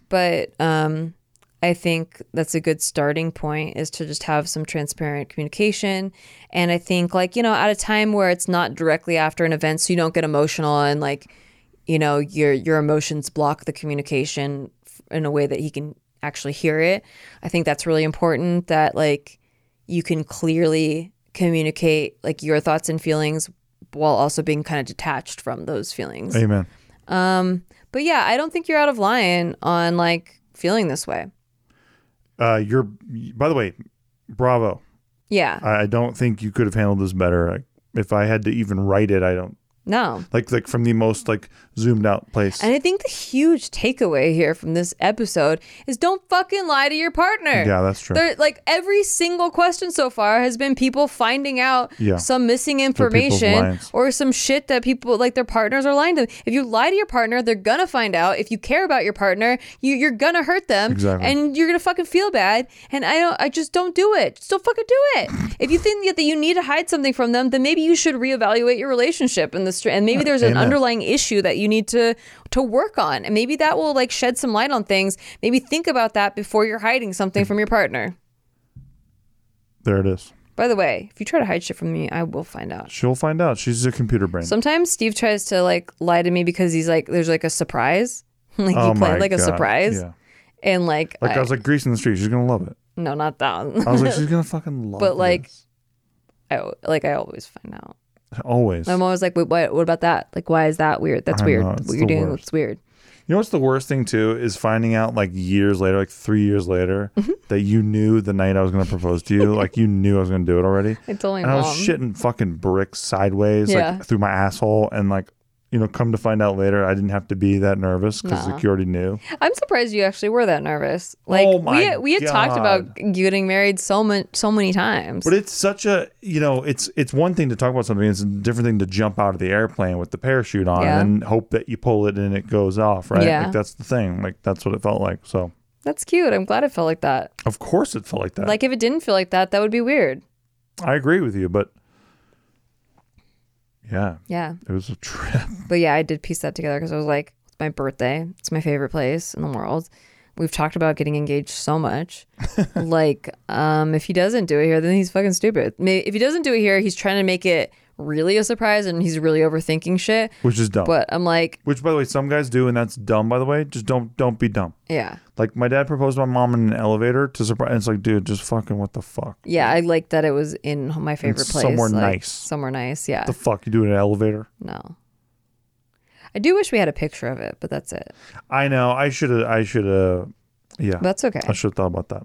[SPEAKER 1] But um, I think that's a good starting point is to just have some transparent communication. And I think like you know, at a time where it's not directly after an event, so you don't get emotional and like you know your your emotions block the communication f- in a way that he can actually hear it. I think that's really important. That like you can clearly communicate like your thoughts and feelings while also being kind of detached from those feelings.
[SPEAKER 2] Amen.
[SPEAKER 1] But yeah, I don't think you're out of line on like feeling this way.
[SPEAKER 2] Uh, you're by the way, bravo.
[SPEAKER 1] Yeah.
[SPEAKER 2] I I don't think you could have handled this better. Like, if I had to even write it, I don't
[SPEAKER 1] No.
[SPEAKER 2] like like from the most like zoomed out place.
[SPEAKER 1] And I think the huge takeaway here from this episode is don't fucking lie to your partner.
[SPEAKER 2] Yeah, that's true.
[SPEAKER 1] There, like every single question so far has been people finding out
[SPEAKER 2] Yeah.
[SPEAKER 1] some missing
[SPEAKER 2] people's
[SPEAKER 1] information
[SPEAKER 2] lies.
[SPEAKER 1] or some shit that people like their partners are lying to them. If you lie to your partner, they're gonna find out. If you care about your partner, you, you're gonna hurt them,
[SPEAKER 2] Exactly.
[SPEAKER 1] and you're gonna fucking feel bad. And I don't, I just don't do it. Just don't fucking do it. if you think that you need to hide something from them, then maybe you should reevaluate your relationship and the str- and maybe there's an
[SPEAKER 2] Amen.
[SPEAKER 1] underlying underlying issue that you need to to work on and maybe that will like shed some light on things maybe think about that before you're hiding something from your partner
[SPEAKER 2] there it is.
[SPEAKER 1] by the way if you try to hide shit from me i will find out
[SPEAKER 2] She'll find out. She's a computer brain.
[SPEAKER 1] sometimes steve tries to like lie to me because he's like there's like a surprise like
[SPEAKER 2] oh
[SPEAKER 1] he played
[SPEAKER 2] my
[SPEAKER 1] like a
[SPEAKER 2] God.
[SPEAKER 1] surprise
[SPEAKER 2] Yeah.
[SPEAKER 1] and like,
[SPEAKER 2] Like I,
[SPEAKER 1] I-
[SPEAKER 2] was Oh. like greasing the street. She's gonna love it.
[SPEAKER 1] no not that one.
[SPEAKER 2] I was like she's gonna fucking love.
[SPEAKER 1] But, like,
[SPEAKER 2] this.
[SPEAKER 1] I, like i always find out
[SPEAKER 2] always.
[SPEAKER 1] i'm always like Wait, what, what about that like why is that weird that's
[SPEAKER 2] I
[SPEAKER 1] weird
[SPEAKER 2] know,
[SPEAKER 1] what
[SPEAKER 2] it's
[SPEAKER 1] you're
[SPEAKER 2] the
[SPEAKER 1] doing
[SPEAKER 2] worst.
[SPEAKER 1] looks weird
[SPEAKER 2] You know what's the worst thing too is finding out like years later, like three years later,
[SPEAKER 1] Mm-hmm.
[SPEAKER 2] that you knew the night I was going to propose to you, like you knew I was going to do it already.
[SPEAKER 1] I told my
[SPEAKER 2] and I was
[SPEAKER 1] mom.
[SPEAKER 2] shitting fucking bricks sideways,
[SPEAKER 1] Yeah.
[SPEAKER 2] like through my asshole, and like you know, come to find out later, I didn't have to be that nervous because
[SPEAKER 1] Nah.
[SPEAKER 2] like you already knew.
[SPEAKER 1] I'm surprised you actually were that nervous. Like
[SPEAKER 2] Oh my
[SPEAKER 1] we we had talked about getting married so much so many times.
[SPEAKER 2] But it's such a you know, it's it's one thing to talk about something, it's a different thing to jump out of the airplane with the parachute on
[SPEAKER 1] Yeah.
[SPEAKER 2] and hope that you pull it and it goes off, right?
[SPEAKER 1] Yeah.
[SPEAKER 2] Like that's the thing. Like that's what it felt like. So
[SPEAKER 1] That's cute. I'm glad it felt like that.
[SPEAKER 2] of course it felt like that.
[SPEAKER 1] Like if it didn't feel like that, that would be weird.
[SPEAKER 2] I agree with you, but yeah,
[SPEAKER 1] Yeah.
[SPEAKER 2] it was a trip.
[SPEAKER 1] But yeah, I did piece that together because I was like, it's my birthday. It's my favorite place in the world. We've talked about getting engaged so much. like, um, if he doesn't do it here, then he's fucking stupid. May- If he doesn't do it here, he's trying to make it really a surprise and he's really overthinking shit.
[SPEAKER 2] Which is dumb.
[SPEAKER 1] But I'm like,
[SPEAKER 2] Which by the way, some guys do and that's dumb by the way. Just don't don't be dumb.
[SPEAKER 1] yeah.
[SPEAKER 2] Like my dad proposed to my mom in an elevator to surprise and it's like, dude, just fucking what the fuck?
[SPEAKER 1] Yeah, I like that it was in my favorite place.
[SPEAKER 2] somewhere
[SPEAKER 1] like,
[SPEAKER 2] nice.
[SPEAKER 1] Somewhere nice, yeah.
[SPEAKER 2] The fuck you do in an elevator?
[SPEAKER 1] no. I do wish we had a picture of it, but that's it.
[SPEAKER 2] I know. I should have I should have yeah.
[SPEAKER 1] That's okay.
[SPEAKER 2] I should have thought about that.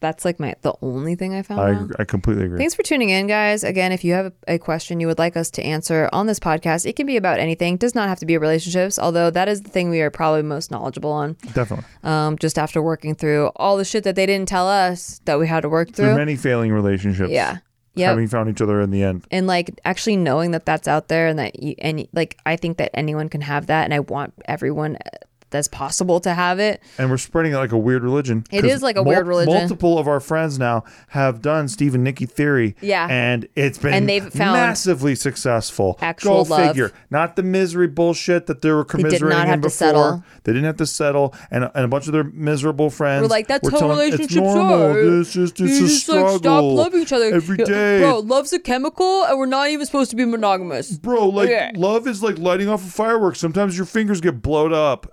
[SPEAKER 1] That's like my the only thing I found.
[SPEAKER 2] I,
[SPEAKER 1] wrong.
[SPEAKER 2] agree- I completely agree.
[SPEAKER 1] Thanks for tuning in, guys. Again, if you have a question you would like us to answer on this podcast, it can be about anything. Does not have to be relationships, although that is the thing we are probably most knowledgeable on.
[SPEAKER 2] Definitely.
[SPEAKER 1] Um, just after working through all the shit that they didn't tell us that we had to work
[SPEAKER 2] Through
[SPEAKER 1] through.
[SPEAKER 2] many failing relationships.
[SPEAKER 1] yeah. Yeah.
[SPEAKER 2] Having found each other in the end.
[SPEAKER 1] and like actually knowing that that's out there and that you, and like I think that anyone can have that and I want everyone uh, that's possible to have it.
[SPEAKER 2] And we're spreading it like a weird religion.
[SPEAKER 1] It
[SPEAKER 2] 'Cause
[SPEAKER 1] is like a weird religion.
[SPEAKER 2] Multiple of our friends now have done Steve and Nikki theory.
[SPEAKER 1] Yeah.
[SPEAKER 2] And it's been
[SPEAKER 1] And they've found
[SPEAKER 2] massively successful.
[SPEAKER 1] actual
[SPEAKER 2] Go
[SPEAKER 1] love.
[SPEAKER 2] figure. Not the misery bullshit that they were
[SPEAKER 1] not
[SPEAKER 2] commiserating in
[SPEAKER 1] have to
[SPEAKER 2] before.
[SPEAKER 1] settle.
[SPEAKER 2] They didn't have to settle. And, and a bunch of their miserable friends
[SPEAKER 1] We're like, that's
[SPEAKER 2] were
[SPEAKER 1] how
[SPEAKER 2] telling,
[SPEAKER 1] relationships
[SPEAKER 2] it's normal.
[SPEAKER 1] are.
[SPEAKER 2] This is
[SPEAKER 1] You
[SPEAKER 2] just a
[SPEAKER 1] just
[SPEAKER 2] struggle.
[SPEAKER 1] like stop loving each other
[SPEAKER 2] every
[SPEAKER 1] Yeah,
[SPEAKER 2] day.
[SPEAKER 1] Bro, love's a chemical and we're not even supposed to be monogamous.
[SPEAKER 2] Bro, like
[SPEAKER 1] Okay.
[SPEAKER 2] love is like lighting off a firework. Sometimes your fingers get blowed up.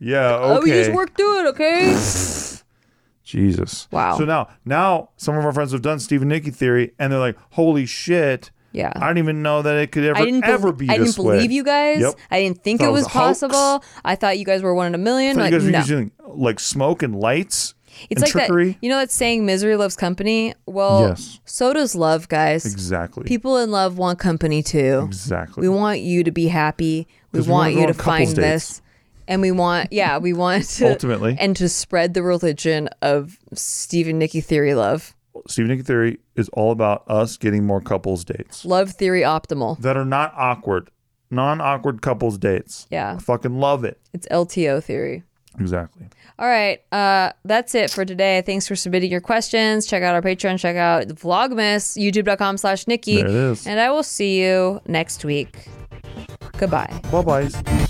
[SPEAKER 2] Yeah,
[SPEAKER 1] Oh, we
[SPEAKER 2] okay.
[SPEAKER 1] just work through it, okay?
[SPEAKER 2] Jesus.
[SPEAKER 1] Wow.
[SPEAKER 2] So now now some of our friends have done Steve and Nikki theory and they're like, Holy shit.
[SPEAKER 1] Yeah.
[SPEAKER 2] I didn't even know that it could ever
[SPEAKER 1] I didn't
[SPEAKER 2] ever
[SPEAKER 1] bel-
[SPEAKER 2] be
[SPEAKER 1] I
[SPEAKER 2] this
[SPEAKER 1] didn't believe
[SPEAKER 2] way.
[SPEAKER 1] you guys.
[SPEAKER 2] Yep.
[SPEAKER 1] I didn't think
[SPEAKER 2] Thought
[SPEAKER 1] it
[SPEAKER 2] it was
[SPEAKER 1] was
[SPEAKER 2] a hoax.
[SPEAKER 1] possible. I thought you guys were one in a million.
[SPEAKER 2] Thought
[SPEAKER 1] Like,
[SPEAKER 2] you guys were
[SPEAKER 1] no.
[SPEAKER 2] using like smoke and lights
[SPEAKER 1] It's
[SPEAKER 2] and
[SPEAKER 1] like
[SPEAKER 2] trickery.
[SPEAKER 1] that. You know that saying, "Misery loves company." Well,
[SPEAKER 2] Yes.
[SPEAKER 1] so does love, guys.
[SPEAKER 2] Exactly.
[SPEAKER 1] People in love want company too.
[SPEAKER 2] exactly.
[SPEAKER 1] We want you to be happy. We
[SPEAKER 2] 'Cause we
[SPEAKER 1] want
[SPEAKER 2] wanna go
[SPEAKER 1] you to
[SPEAKER 2] on couples
[SPEAKER 1] find
[SPEAKER 2] dates.
[SPEAKER 1] this. And we want, yeah, we want to
[SPEAKER 2] Ultimately.
[SPEAKER 1] and to spread the religion of Steve and Nikki theory love,
[SPEAKER 2] Steve and Nikki theory is all about us getting more couples dates
[SPEAKER 1] love theory optimal.
[SPEAKER 2] that are not awkward, non awkward couples dates.
[SPEAKER 1] Yeah.
[SPEAKER 2] I fucking love it.
[SPEAKER 1] It's LTO theory.
[SPEAKER 2] Exactly.
[SPEAKER 1] All right, uh, that's it for today. Thanks for submitting your questions. Check out our Patreon. Check out Vlogmas, youtube.com slash Nikki.
[SPEAKER 2] There it is.
[SPEAKER 1] And I will see you next week. Goodbye.
[SPEAKER 2] Bye bye.